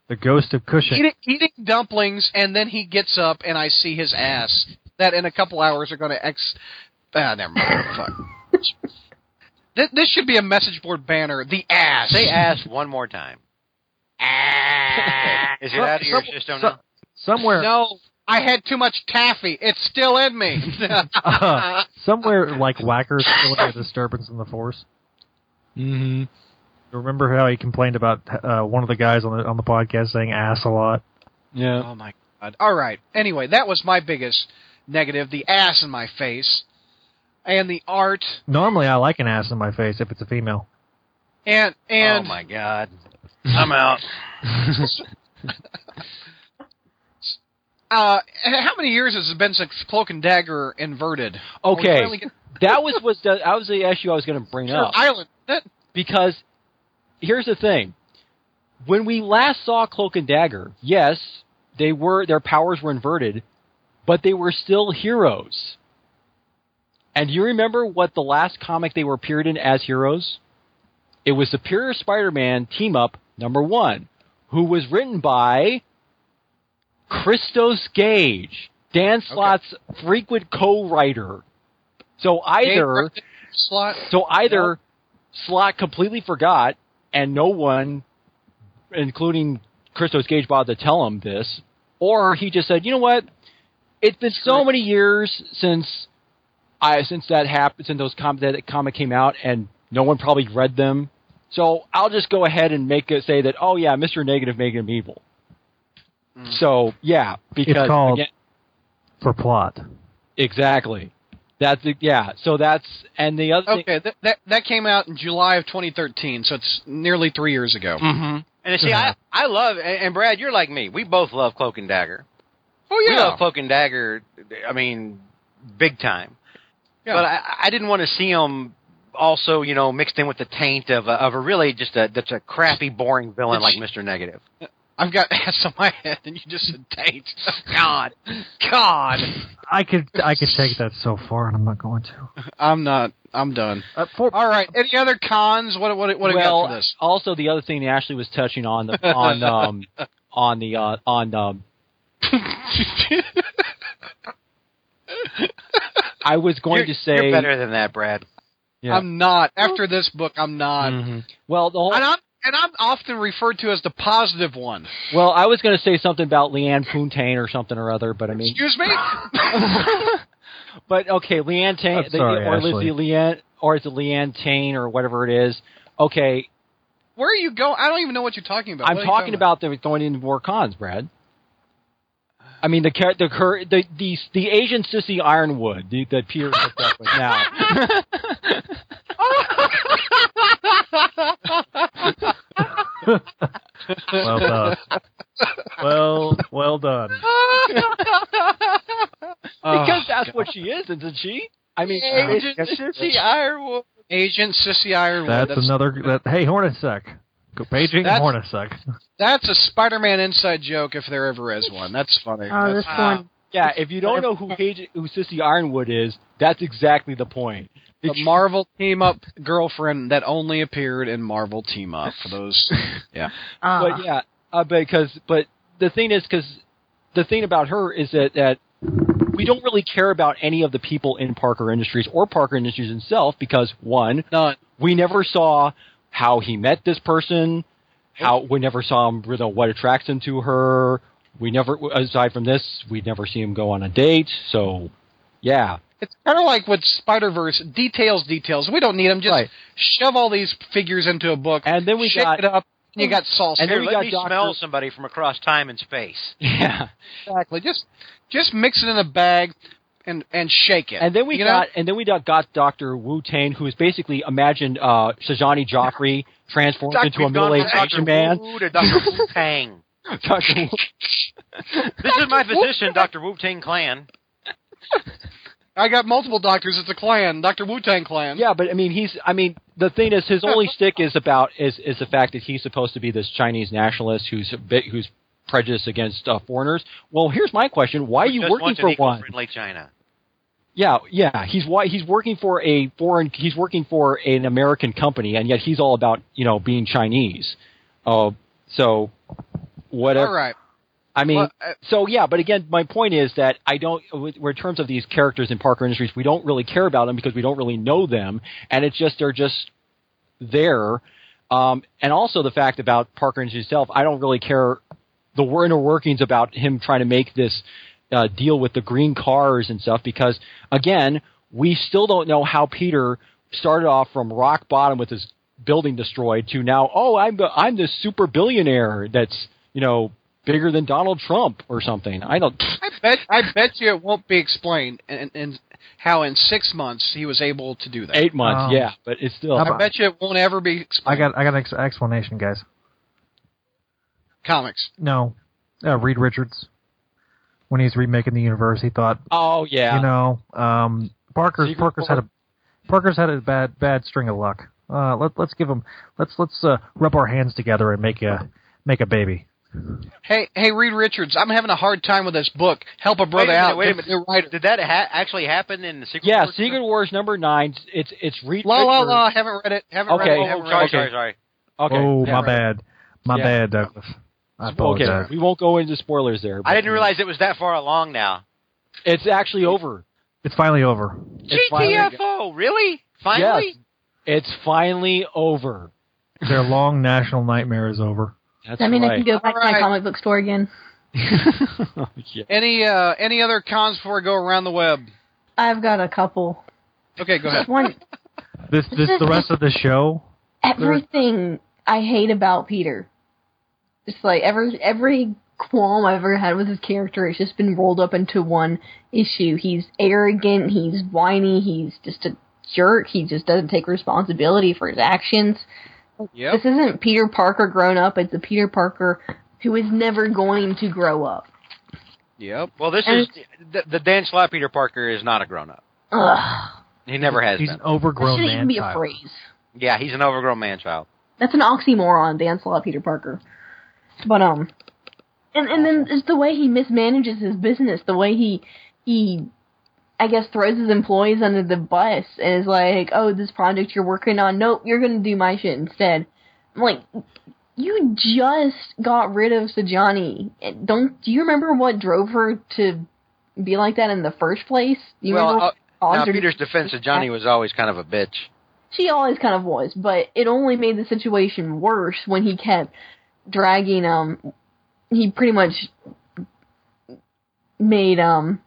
Speaker 2: the ghost of Cushing.
Speaker 6: Eating, eating dumplings and then he gets up and I see his ass. That in a couple hours are going to ex Ah, never mind. Fuck.
Speaker 1: This, this should be a message board banner. The ass.
Speaker 3: Say ass one more time. Is it out of your system now? Oh,
Speaker 9: Somewhere,
Speaker 1: No, I had too much taffy. It's still in me.
Speaker 9: somewhere like Wacker's feeling a disturbance in the force.
Speaker 5: Mm-hmm.
Speaker 9: Remember how he complained about uh, one of the guys on the on the podcast saying ass a lot?
Speaker 5: Yeah.
Speaker 1: oh my god. All right. Anyway, that was my biggest negative. The ass in my face, and the art,
Speaker 9: Normally, I like an ass in my face if it's a female.
Speaker 1: and and
Speaker 3: oh my god. I'm out.
Speaker 1: uh, how many years has it been since Cloak and Dagger inverted? Are we
Speaker 5: Okay.
Speaker 1: finally getting-
Speaker 5: that was was the, that was the issue I was going to bring up.
Speaker 1: Island. That,
Speaker 5: because here's the thing: when we last saw Cloak and Dagger, yes, they were their powers were inverted, but they were still heroes. And you remember what the last comic they were appeared in as heroes? It was Superior Spider-Man Team Up Number One, who was written by Christos Gage, Dan Slott's frequent co-writer. So either
Speaker 1: Dave slot.
Speaker 5: so either Slot completely forgot, and no one, including Christos Gage, bothered to tell him this, or he just said, "You know what? It's been so many years since I since that happened, since those com- that comic came out, and no one probably read them. So I'll just go ahead and make it say that. Oh yeah, Mister Negative made him evil. So yeah, because
Speaker 9: It's called
Speaker 5: again-
Speaker 9: for plot.
Speaker 5: exactly. That's yeah. So that's and the other thing,
Speaker 1: Okay, that, that that came out in July of 2013, so it's nearly three years ago.
Speaker 3: And see,
Speaker 5: Uh-huh.
Speaker 3: I, I love, and and Brad, you're like me. We both love Cloak and Dagger.
Speaker 1: Oh
Speaker 3: We
Speaker 1: yeah,
Speaker 3: love Cloak and Dagger. I mean, big time.
Speaker 1: Yeah.
Speaker 3: But I, I didn't want to see them also, you know, mixed in with the taint of a, of a really just a that's a crappy, boring villain like Mister Negative.
Speaker 1: I've got ass on my head, and you just said taint. God, God,
Speaker 9: I could I could take that so far, and I'm not going to.
Speaker 1: I'm not. I'm done. All right. Any other cons? What what what do we
Speaker 5: well,
Speaker 1: got for this?
Speaker 5: also the other thing that Ashley was touching on the on um on the uh, on um I was going
Speaker 3: You're-
Speaker 5: to say
Speaker 3: you're better than that, Brad.
Speaker 5: yeah.
Speaker 1: I'm not. After this book, I'm not.
Speaker 5: Mhm. well the whole,
Speaker 1: And I'm and I'm often referred to as the positive one.
Speaker 5: well I was going to say something about Leanne Poontain or something or other, but I mean
Speaker 1: Excuse me.
Speaker 5: But okay, Leanne Tane,
Speaker 9: I'm sorry,
Speaker 5: or is
Speaker 9: Ashley.
Speaker 5: it Leanne or is it Leanne Tane or whatever it is? Okay,
Speaker 1: Where are you going? I don't even know what you're talking about. What
Speaker 5: I'm
Speaker 1: are you
Speaker 5: talking about them going into more cons, Brad. I mean the char- the cur- the the, the Asian sissy Ironwood the, that Peter hooked up with now.
Speaker 2: Oh.
Speaker 9: Well done. well, well done.
Speaker 1: Oh,
Speaker 5: because that's what she is, isn't she? I mean,
Speaker 1: Agent
Speaker 5: it's-
Speaker 1: Sissy Ironwood. Agent Sissy Ironwood.
Speaker 9: That's,
Speaker 1: That's-
Speaker 9: another. That, hey, Hornacek. Go paging
Speaker 1: That's-
Speaker 9: Hornacek.
Speaker 1: That's a Spider-Man inside joke if there ever is one. That's funny.
Speaker 8: Oh,
Speaker 1: That's-
Speaker 6: Uh,
Speaker 8: this one.
Speaker 5: yeah. If you don't know who Agent, who Sissy Ironwood is, that's exactly the point.
Speaker 1: the Marvel team up girlfriend that only appeared in Marvel team up for those.
Speaker 8: Uh,
Speaker 5: But yeah, uh, because but the thing is, because the thing about her is that that we don't really care about any of the people in Parker Industries or Parker Industries himself because one,
Speaker 1: None.
Speaker 5: we never saw how he met this person, how we never saw him, you know, what attracts him to her. We never, aside from this, we never see him go on a date. So, yeah,
Speaker 1: It's kind of like with Spider Verse details, details. We don't need them. Just
Speaker 5: Right.
Speaker 1: shove all these figures into a book.
Speaker 5: And then we
Speaker 1: shake
Speaker 5: got-
Speaker 1: it up. And you got salsa.
Speaker 5: And
Speaker 3: Here,
Speaker 5: then we
Speaker 3: let
Speaker 5: got
Speaker 3: me
Speaker 5: Dr.
Speaker 3: smell somebody from across time and space.
Speaker 5: yeah.
Speaker 1: exactly. Just just mix it in a bag and and shake it.
Speaker 5: And then we
Speaker 1: You know?
Speaker 5: got and then we got, got Doctor Wu Tang, who is basically imagined uh, Sajani Joffrey transformed
Speaker 3: Doc,
Speaker 5: into a
Speaker 3: we've gone
Speaker 5: middle aged
Speaker 3: from Dr.
Speaker 5: Asian man.
Speaker 3: Wu to Dr. Wu Tang.
Speaker 5: Dr. Wu-
Speaker 3: This is my physician, Dr. Wu Tang Clan.
Speaker 1: I got multiple doctors. It's a clan, Doctor Wu Tang Clan.
Speaker 5: yeah, but I mean he's I mean the thing is his only stick is about is is the fact that he's supposed to be this Chinese nationalist who's a bit, who's prejudiced against uh, foreigners. Well, here's my question: Why are you
Speaker 3: Just
Speaker 5: working
Speaker 3: wants an
Speaker 5: for one?
Speaker 3: eco-friendly China.
Speaker 5: Yeah, yeah. He's why he's working for a foreign. He's working for an American company, and yet he's all about you know being Chinese. Uh, so whatever.
Speaker 1: All right.
Speaker 5: I mean,
Speaker 6: Well, uh,
Speaker 5: so yeah, but again, my point is that I don't. with- We're in terms of these characters in Parker Industries, we don't really care about them because we don't really know them, and it's just they're just there. Um, and also the fact about Parker Industries itself, I don't really care the wor- inner workings about him trying to make this uh, deal with the green cars and stuff because again, we still don't know how Peter started off from rock bottom with his building destroyed to now, oh, I'm the I'm this super billionaire that's you know bigger than Donald Trump or something. I don't.
Speaker 6: I bet I bet you it won't be explained and, and how in six months he was able to do that.
Speaker 5: Eight months,
Speaker 7: Oh.
Speaker 5: yeah, but it's still.
Speaker 7: How
Speaker 6: I bet you it won't ever be
Speaker 7: I
Speaker 6: explained.
Speaker 7: got I got an ex- explanation, guys.
Speaker 6: comics.
Speaker 7: No, uh, Reed Richards. When he's remaking the universe, he thought,
Speaker 5: oh yeah,
Speaker 7: you know, um, Parker's
Speaker 5: Secret
Speaker 7: Parker's had a Parker's had a bad bad string of luck. Uh, let let's give him let's let's uh, rub our hands together and make a make a baby.
Speaker 6: Hey, hey, Reed Richards, I'm having a hard time with this book. Help a brother
Speaker 3: Wait a minute,
Speaker 6: out.
Speaker 3: wait a
Speaker 6: Give him new writer.
Speaker 3: Did that ha- actually happen in the Secret
Speaker 5: yeah.
Speaker 3: Wars?
Speaker 5: Secret Wars number nine. It's it's Reed.
Speaker 6: La la
Speaker 5: Richards.
Speaker 6: la. Haven't read it. Haven't
Speaker 5: Okay.
Speaker 6: read
Speaker 3: Oh,
Speaker 6: it. Haven't read
Speaker 3: sorry,
Speaker 5: okay.
Speaker 3: sorry,
Speaker 6: it.
Speaker 3: sorry.
Speaker 5: Okay.
Speaker 7: oh,
Speaker 5: yeah,
Speaker 7: my
Speaker 5: right.
Speaker 7: bad, my
Speaker 5: Yeah.
Speaker 7: bad, Douglas. I apologize.
Speaker 5: Okay, we won't go into spoilers there.
Speaker 3: I
Speaker 5: but-
Speaker 3: didn't realize it was that far along now.
Speaker 5: it's actually over.
Speaker 7: It's finally over.
Speaker 5: It's finally,
Speaker 3: GTFO, really? Finally?
Speaker 5: Yes. it's finally over.
Speaker 7: Their long national nightmare is over.
Speaker 5: That's
Speaker 8: I mean, I
Speaker 5: right.
Speaker 8: can go back to my
Speaker 6: Alright.
Speaker 8: comic book store again.
Speaker 5: yeah.
Speaker 6: Any uh, any other cons before we go around the web?
Speaker 8: I've got a couple.
Speaker 6: Okay, go ahead.
Speaker 8: One,
Speaker 7: This this the rest of the show.
Speaker 8: everything I hate about Peter. Just like every every qualm I've ever had with his character, it's just been rolled up into one issue. He's arrogant. He's whiny. He's just a jerk. He just doesn't take responsibility for his actions.
Speaker 6: Yep.
Speaker 8: This isn't Peter Parker grown up. It's a Peter Parker who is never going to grow up.
Speaker 6: Yep.
Speaker 3: Well, this
Speaker 8: And-
Speaker 3: is the, the Dan Slott Peter Parker is not a grown up.
Speaker 8: Ugh,
Speaker 3: He never has
Speaker 7: He's
Speaker 3: been.
Speaker 7: an overgrown
Speaker 8: that
Speaker 7: man.
Speaker 8: shouldn't even be a
Speaker 7: child.
Speaker 8: phrase.
Speaker 3: Yeah, he's an overgrown man child.
Speaker 8: That's an oxymoron, Dan Slott, Peter Parker. But um, and and then it's the way he mismanages his business, the way he he, I guess, throws his employees under the bus and is like, "Oh, this project you're working on, nope, you're gonna do my shit instead." I'm like, you just got rid of Sajani. And Don't do you remember what drove her to be like that in the first place? Do you
Speaker 3: well,
Speaker 8: remember
Speaker 3: uh,
Speaker 8: what caused
Speaker 3: now
Speaker 8: her to-
Speaker 3: Peter's defense of Johnny was always kind of a bitch.
Speaker 8: she always kind of was, but it only made the situation worse when he kept dragging um he pretty much made um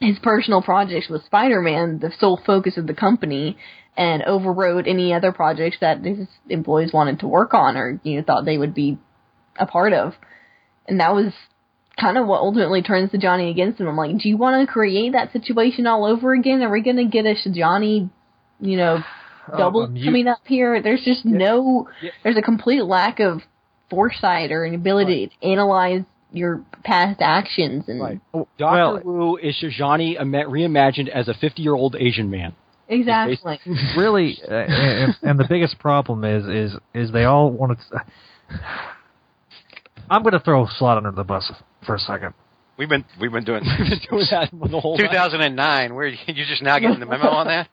Speaker 8: his personal projects with Spider-Man the sole focus of the company and overrode any other projects that his employees wanted to work on or you know thought they would be a part of. And that was kind of what ultimately turns the Johnny against him. I'm like, do you want to create that situation all over again? Are we going to get a Johnny, you know, double
Speaker 7: um, you-
Speaker 8: coming up here? There's just no, there's a complete lack of foresight or an ability to analyze your past actions and
Speaker 5: Right.
Speaker 7: Well-
Speaker 5: Doctor Wu is Shijani ima- reimagined as a 50 year old Asian man.
Speaker 8: exactly.
Speaker 7: really, uh, and, and the biggest problem is is is they all want to. I'm going to throw Slot under the bus for a second.
Speaker 3: We've been we've been doing
Speaker 5: Been doing that the whole time.
Speaker 3: 2009. Where you just now getting the memo on that?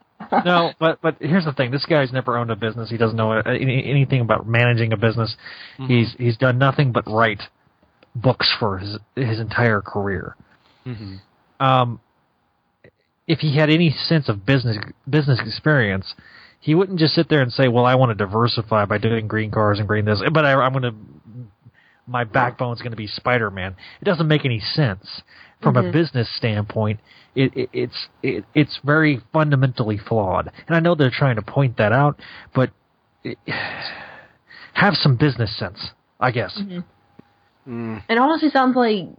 Speaker 7: No, but but here's the thing: this guy's never owned a business. He doesn't know uh, any, anything about managing a business. He's he's done nothing but write books for his his entire career. Um, if he had any sense of business business experience, he wouldn't just sit there and say, "Well, I want to diversify by doing green cars and green this," but I, I'm going to my backbone's going to be Spider Man. It doesn't make any sense from a business standpoint. It, it, it's it, it's very fundamentally flawed, and I know they're trying to point that out, but it, have some business sense, I guess.
Speaker 8: It honestly sounds like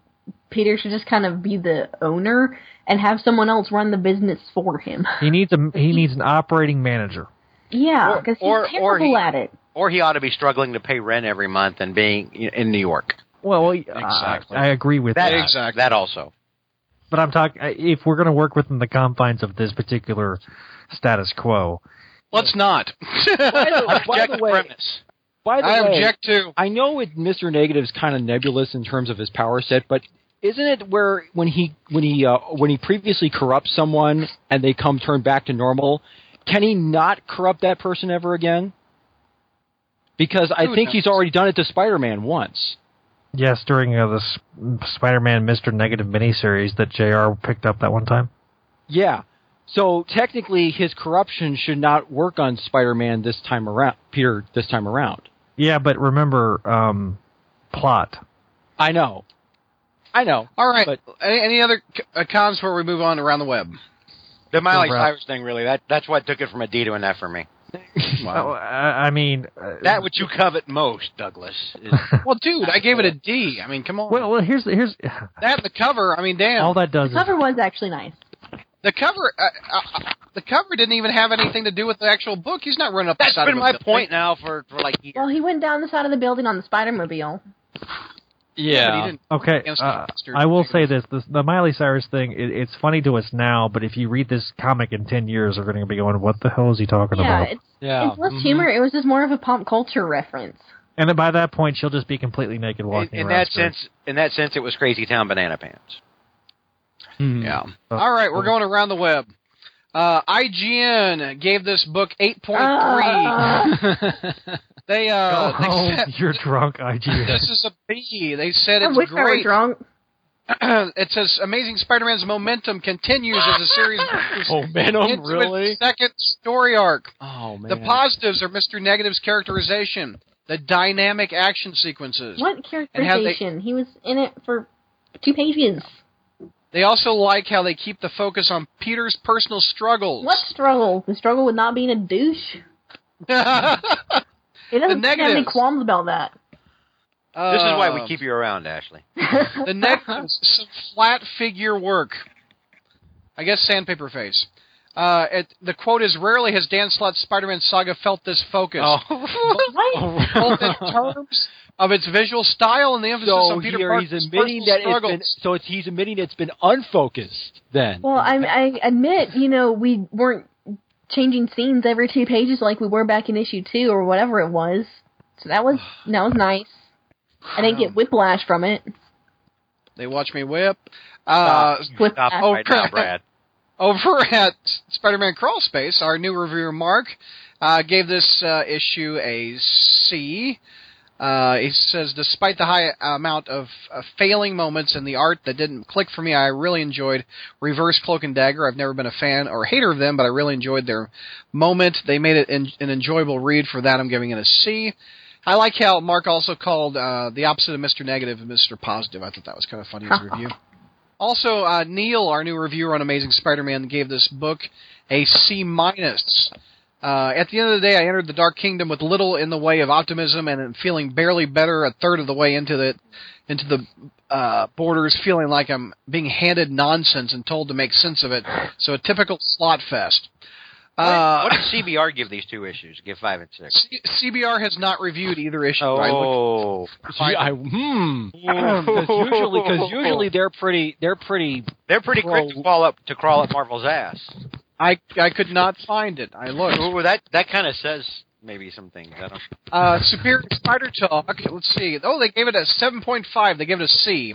Speaker 8: Peter should just kind of be the owner and have someone else run the business for him.
Speaker 7: He needs a he needs an operating manager.
Speaker 8: Yeah,
Speaker 3: Or-
Speaker 8: because he's
Speaker 3: or- or he-
Speaker 8: terrible at it.
Speaker 3: Or he ought to be struggling to pay rent every month and being in New York. Uh,
Speaker 7: Well,
Speaker 6: Exactly.
Speaker 7: I, I agree with
Speaker 3: That
Speaker 7: that.
Speaker 6: Exactly.
Speaker 3: That also.
Speaker 7: But I'm talking if we're going to work within the confines of this particular status quo.
Speaker 6: Let's not.
Speaker 5: By the- by
Speaker 3: Object
Speaker 5: the
Speaker 3: the
Speaker 5: way,
Speaker 3: premise.
Speaker 5: by the
Speaker 6: I
Speaker 5: way,
Speaker 6: object to.
Speaker 5: I know it, Mr. Negative's kind of nebulous in terms of his power set, but isn't it where when he when he uh, when he previously corrupts someone and they come turn back to normal, can he not corrupt that person ever again? Because I
Speaker 6: Who
Speaker 5: think he's
Speaker 6: knows?
Speaker 5: already done it to Spider-Man once.
Speaker 9: Yes, during uh, the S- Spider-Man Mister Negative miniseries that Jr. picked up that one time.
Speaker 5: Yeah. So technically, his corruption should not work on Spider-Man this time around. Peter, this time around.
Speaker 9: Yeah, but remember, um, plot.
Speaker 5: I know. I know.
Speaker 1: All right.
Speaker 5: But-
Speaker 1: any, any other c- uh, cons before we move on around the web?
Speaker 3: The Miley
Speaker 9: Ralph.
Speaker 3: Cyrus thing, really. That that's what took it from Adidas and that for me.
Speaker 9: Oh, I, I mean, uh,
Speaker 3: That which you covet most, Douglas. Is,
Speaker 1: Well, dude, I gave it a D. I mean, come on.
Speaker 9: well, well, here's here's
Speaker 1: that and the cover. I mean, damn.
Speaker 9: all that
Speaker 2: Hmm.
Speaker 9: does. Is,
Speaker 8: Cover was actually nice.
Speaker 1: the cover. Uh, uh, uh, the cover didn't even have anything to do with the actual book. He's not running up.
Speaker 3: that's
Speaker 1: the side
Speaker 3: been
Speaker 1: of a
Speaker 3: my
Speaker 1: building.
Speaker 3: point now for, for like years.
Speaker 8: Well, he went down the side of the building on the Spider Mobile.
Speaker 1: Yeah, but he
Speaker 5: yeah.
Speaker 1: didn't
Speaker 9: okay,
Speaker 1: against
Speaker 9: uh,
Speaker 1: the bastard.
Speaker 9: I will say this, this: the Miley Cyrus thing. It, it's funny to us now, but if you read this comic in ten years, we're going to be going, "What the hell is he talking
Speaker 8: Yeah,
Speaker 9: about?"
Speaker 8: it's,
Speaker 5: Yeah.
Speaker 8: it's less
Speaker 5: Mhm.
Speaker 8: humor. It was just more of a pop culture reference.
Speaker 9: And then by that point, she'll just be completely naked
Speaker 3: In,
Speaker 9: walking
Speaker 3: in
Speaker 9: around.
Speaker 3: that
Speaker 9: street.
Speaker 3: sense, in that sense, it was Crazy Town Banana Pants.
Speaker 1: Yeah. All right,
Speaker 9: Uh-huh.
Speaker 1: we're going around the web. Uh, IGN gave this book eight point three. They uh,
Speaker 9: Uh. oh,
Speaker 1: they said
Speaker 9: you're drunk, IGN.
Speaker 1: this is a B. They said
Speaker 8: I
Speaker 1: it's
Speaker 8: wish I were
Speaker 1: great.
Speaker 8: drunk.
Speaker 1: it says Amazing Spider-Man's momentum continues as the series moves
Speaker 5: Momentum,
Speaker 1: into
Speaker 5: Oh, really?
Speaker 1: its second story arc.
Speaker 5: Oh man.
Speaker 1: The positives are Mr. Negative's characterization, the dynamic action sequences.
Speaker 8: What
Speaker 1: And how they-
Speaker 8: characterization? He was in it for two pages.
Speaker 1: They also like how they keep the focus on Peter's personal struggles.
Speaker 8: What struggle? The struggle with not being a douche. It doesn't have any
Speaker 1: negatives.
Speaker 8: qualms about that.
Speaker 3: This is
Speaker 6: Um,
Speaker 1: Uh,
Speaker 3: why we keep you around, Ashley.
Speaker 1: the negatives. Some flat figure work. I guess sandpaper face. Uh, it, the quote is rarely has Dan Slott's Spider-Man saga felt this focused.
Speaker 5: Oh.
Speaker 8: What?
Speaker 1: both in terms of its visual style and the emphasis
Speaker 5: so
Speaker 1: on Peter
Speaker 5: here
Speaker 1: Parker's
Speaker 5: he's admitting
Speaker 1: personal
Speaker 5: that it's
Speaker 1: struggles.
Speaker 5: been, so it's, he's admitting it's been unfocused then.
Speaker 8: Well, I, I admit, you know, we weren't changing scenes every two pages like we were back in issue two or whatever it was. So that was that was nice. I didn't get whiplash from it.
Speaker 1: They watch me whip. Uh,
Speaker 8: With
Speaker 3: Stop
Speaker 8: that.
Speaker 3: right now,
Speaker 1: okay.
Speaker 3: Brad.
Speaker 1: over at Spider-Man Crawl Space, our new reviewer Mark uh, gave this uh, issue a C. Uh, he says, despite the high amount of uh, failing moments in the art that didn't click for me, I really enjoyed Reverse Cloak and Dagger. I've never been a fan or hater of them, but I really enjoyed their moment. They made it en- an enjoyable read. For that, I'm giving it a C. I like how Mark also called uh, the opposite of Mr. Negative Mr. Positive. I thought that was kind of funny as a review. Also, uh, Neil, our new reviewer on Amazing Spider-Man, gave this book a C minus. Uh, at the end of the day, I entered the Dark Kingdom with little in the way of optimism, and am feeling barely better a third of the way into the into the uh, borders, feeling like I'm being handed nonsense and told to make sense of it. So a typical slot fest. Uh,
Speaker 3: what did CBR give these two issues? Give five and six.
Speaker 1: C- CBR has not reviewed either issue. I looked
Speaker 3: Oh,
Speaker 5: Gee, I- hmm. Because usually, because usually they're pretty, they're pretty.
Speaker 3: they're pretty quick to
Speaker 5: Well-
Speaker 3: crawl up to crawl up Marvel's ass.
Speaker 1: I I could not find it. I looked.
Speaker 3: Ooh, that that kind of says maybe some things. I don't.
Speaker 1: Uh, Superior Spider Talk. Let's see. Oh, they gave it a 7.5. They gave it a C.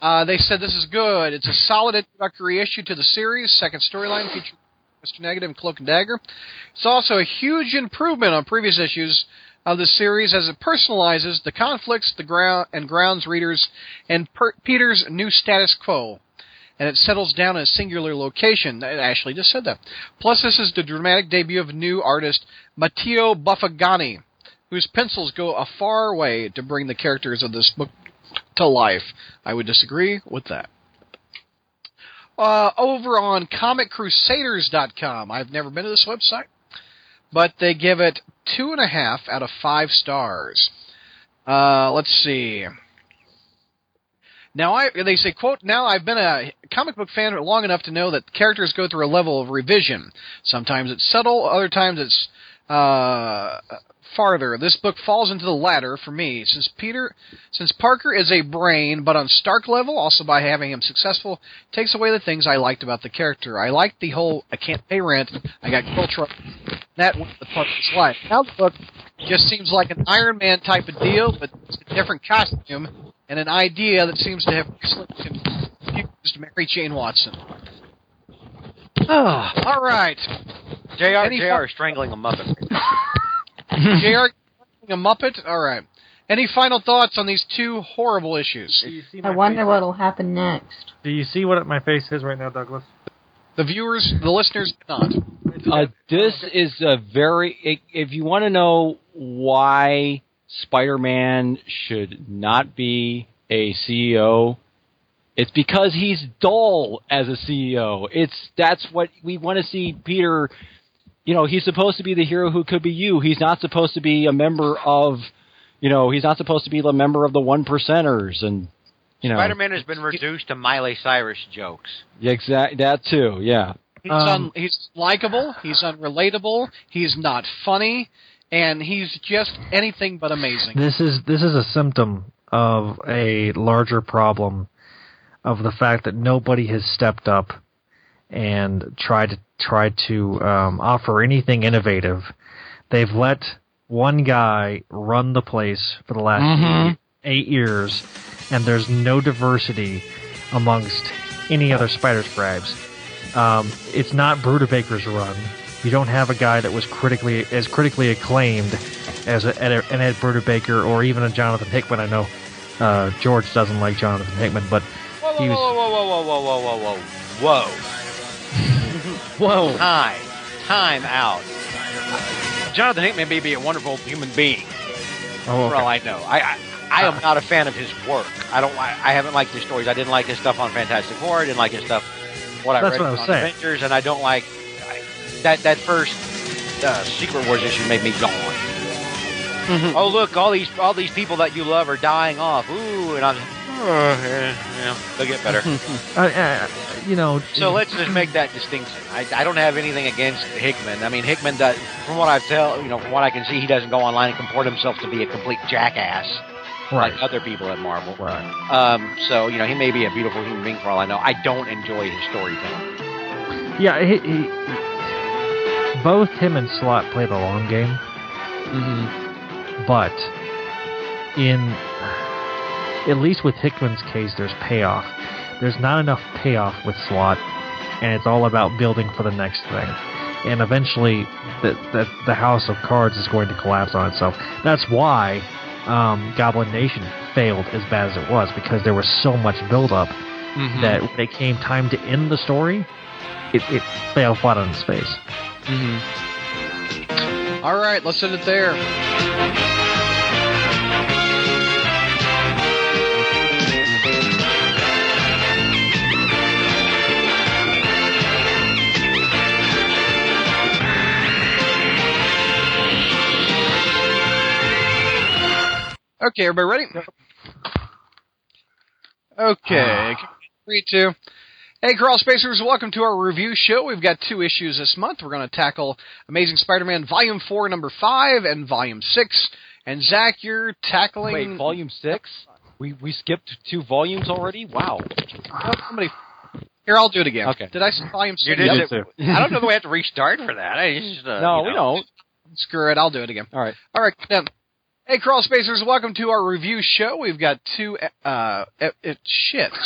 Speaker 1: Uh, they said this is good. It's a solid introductory issue to the series. Second storyline featuring Mr. Negative and Cloak and Dagger. It's also a huge improvement on previous issues of the series as it personalizes the conflicts, the ground and grounds readers, and per- Peter's new status quo. And it settles down in a singular location. And Ashley just said that. Plus, this is the dramatic debut of new artist Matteo Buffagani whose pencils go a far way to bring the characters of this book to life. I would disagree with that. Uh, over on ComicCrusaders.com, I've never been to this website, but they give it two and a half out of five stars. Uh, let's see. Now I they say quote now I've been a comic book fan long enough to know that characters go through a level of revision. Sometimes it's subtle, other times it's uh, farther. This book falls into the latter for me, since Peter, since Parker is a brain, but on Stark level, also by having him successful, takes away the things I liked about the character. I liked the whole I can't pay rent, I got culture, that was the Parker's life. Now the book just seems like an Iron Man type of deal, but it's a different costume and an idea that seems to have slipped him used Mary Jane Watson. Ah, all right.
Speaker 3: Jr.
Speaker 1: Any
Speaker 3: Jr. is strangling a muffin.
Speaker 1: JR a Muppet? All right. Any final thoughts on these two horrible issues?
Speaker 11: I wonder what'll happen next.
Speaker 7: Do you see what my face is right now, Douglas?
Speaker 1: The viewers, the listeners, not.
Speaker 5: Uh, this is a very. i- If you want to know why Spider-Man should not be a CEO, it's because he's dull as a CEO. It's that's what we want to see. Peter, you know, he's supposed to be the hero who could be you. He's not supposed to be a member of, you know, he's not supposed to be a member of the one percenters and. You know,
Speaker 3: Spider Man has been reduced to Miley Cyrus jokes.
Speaker 5: exact that too. Yeah,
Speaker 1: He's
Speaker 7: Um,
Speaker 1: un, he's likable. He's unrelatable. He's not funny, and he's just anything but amazing.
Speaker 7: This is this is a symptom of a larger problem of the fact that nobody has stepped up and tried to try to um, offer anything innovative. They've let one guy run the place for the last eight years, and there's no diversity amongst any other spider scribes. Um, it's not Brudebaker's run. You don't have a guy that was critically as critically acclaimed as a, an an Ed Brudebaker or even a Jonathan Hickman. I know uh, George doesn't like Jonathan Hickman, but
Speaker 3: Whoa,
Speaker 7: He
Speaker 3: whoa,
Speaker 7: was-
Speaker 3: whoa, whoa, whoa, whoa, whoa, whoa, whoa, whoa.
Speaker 5: whoa.
Speaker 3: Time. Time out. Jonathan Hickman may be a wonderful human being,
Speaker 7: oh, Ah.
Speaker 3: for all I know. I, I, I am not a fan of his work. I don't. I, I haven't liked his stories. I didn't like his stuff on Fantastic Four. I didn't like his stuff. What I
Speaker 7: That's
Speaker 3: read
Speaker 7: what I was
Speaker 3: on
Speaker 7: saying.
Speaker 3: Avengers, and I don't like I, that. That first uh, Secret Wars issue made me gone.
Speaker 7: Mm-hmm.
Speaker 3: Oh look, all these all these people that you love are dying off. Ooh, and I'm. Oh, yeah, yeah, they'll get better.
Speaker 7: I, I, Uh, you know,
Speaker 3: So let's just make that distinction. I, I don't have anything against Hickman. I mean, Hickman does, from what I tell, you know, from what I can see, he doesn't go online and comport himself to be a complete jackass
Speaker 7: right,
Speaker 3: like other people at Marvel.
Speaker 7: right.
Speaker 3: Um, so you know, he may be a beautiful human being for all I know. I don't enjoy his storytelling.
Speaker 7: Yeah, he, he, both him and Slot play the long game,
Speaker 3: Mm-hmm.
Speaker 7: but in at least with Hickman's case, there's payoff. There's not enough payoff with Slot, and it's all about building for the next thing. And eventually, the, the, the house of cards is going to collapse on itself. That's why um, Goblin Nation failed as bad as it was, because there was so much buildup that when it came time to end the story, it, it fell flat on its face.
Speaker 1: All right, let's end it there. Okay, everybody ready? Okay, three, two. Hey, Crawl Spacers, welcome to our review show. We've got two issues this month. We're going to tackle Amazing Spider Man Volume 4, Number 5, and Volume 6. And Zach, you're tackling.
Speaker 5: Wait, volume six? We we skipped two volumes already? Wow.
Speaker 1: Oh, somebody. Here, I'll do it again.
Speaker 5: Okay.
Speaker 1: Did I say Volume 6?
Speaker 3: did
Speaker 1: Nope.
Speaker 3: it. I don't know that we have to restart for that. I just, uh,
Speaker 5: No,
Speaker 3: you
Speaker 5: we
Speaker 3: know.
Speaker 5: don't.
Speaker 1: Screw it, I'll do it again.
Speaker 5: All right.
Speaker 1: All right. Now, hey, Crawl Spacers, welcome to our review show. We've got two. Uh, it, it shits.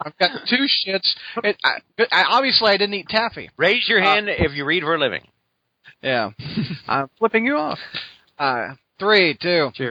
Speaker 1: I've got two shits. It, I, I, obviously, I didn't eat taffy.
Speaker 3: Raise your hand if you read for a living.
Speaker 1: Yeah. I'm flipping you off. Uh, three, two. Cheers.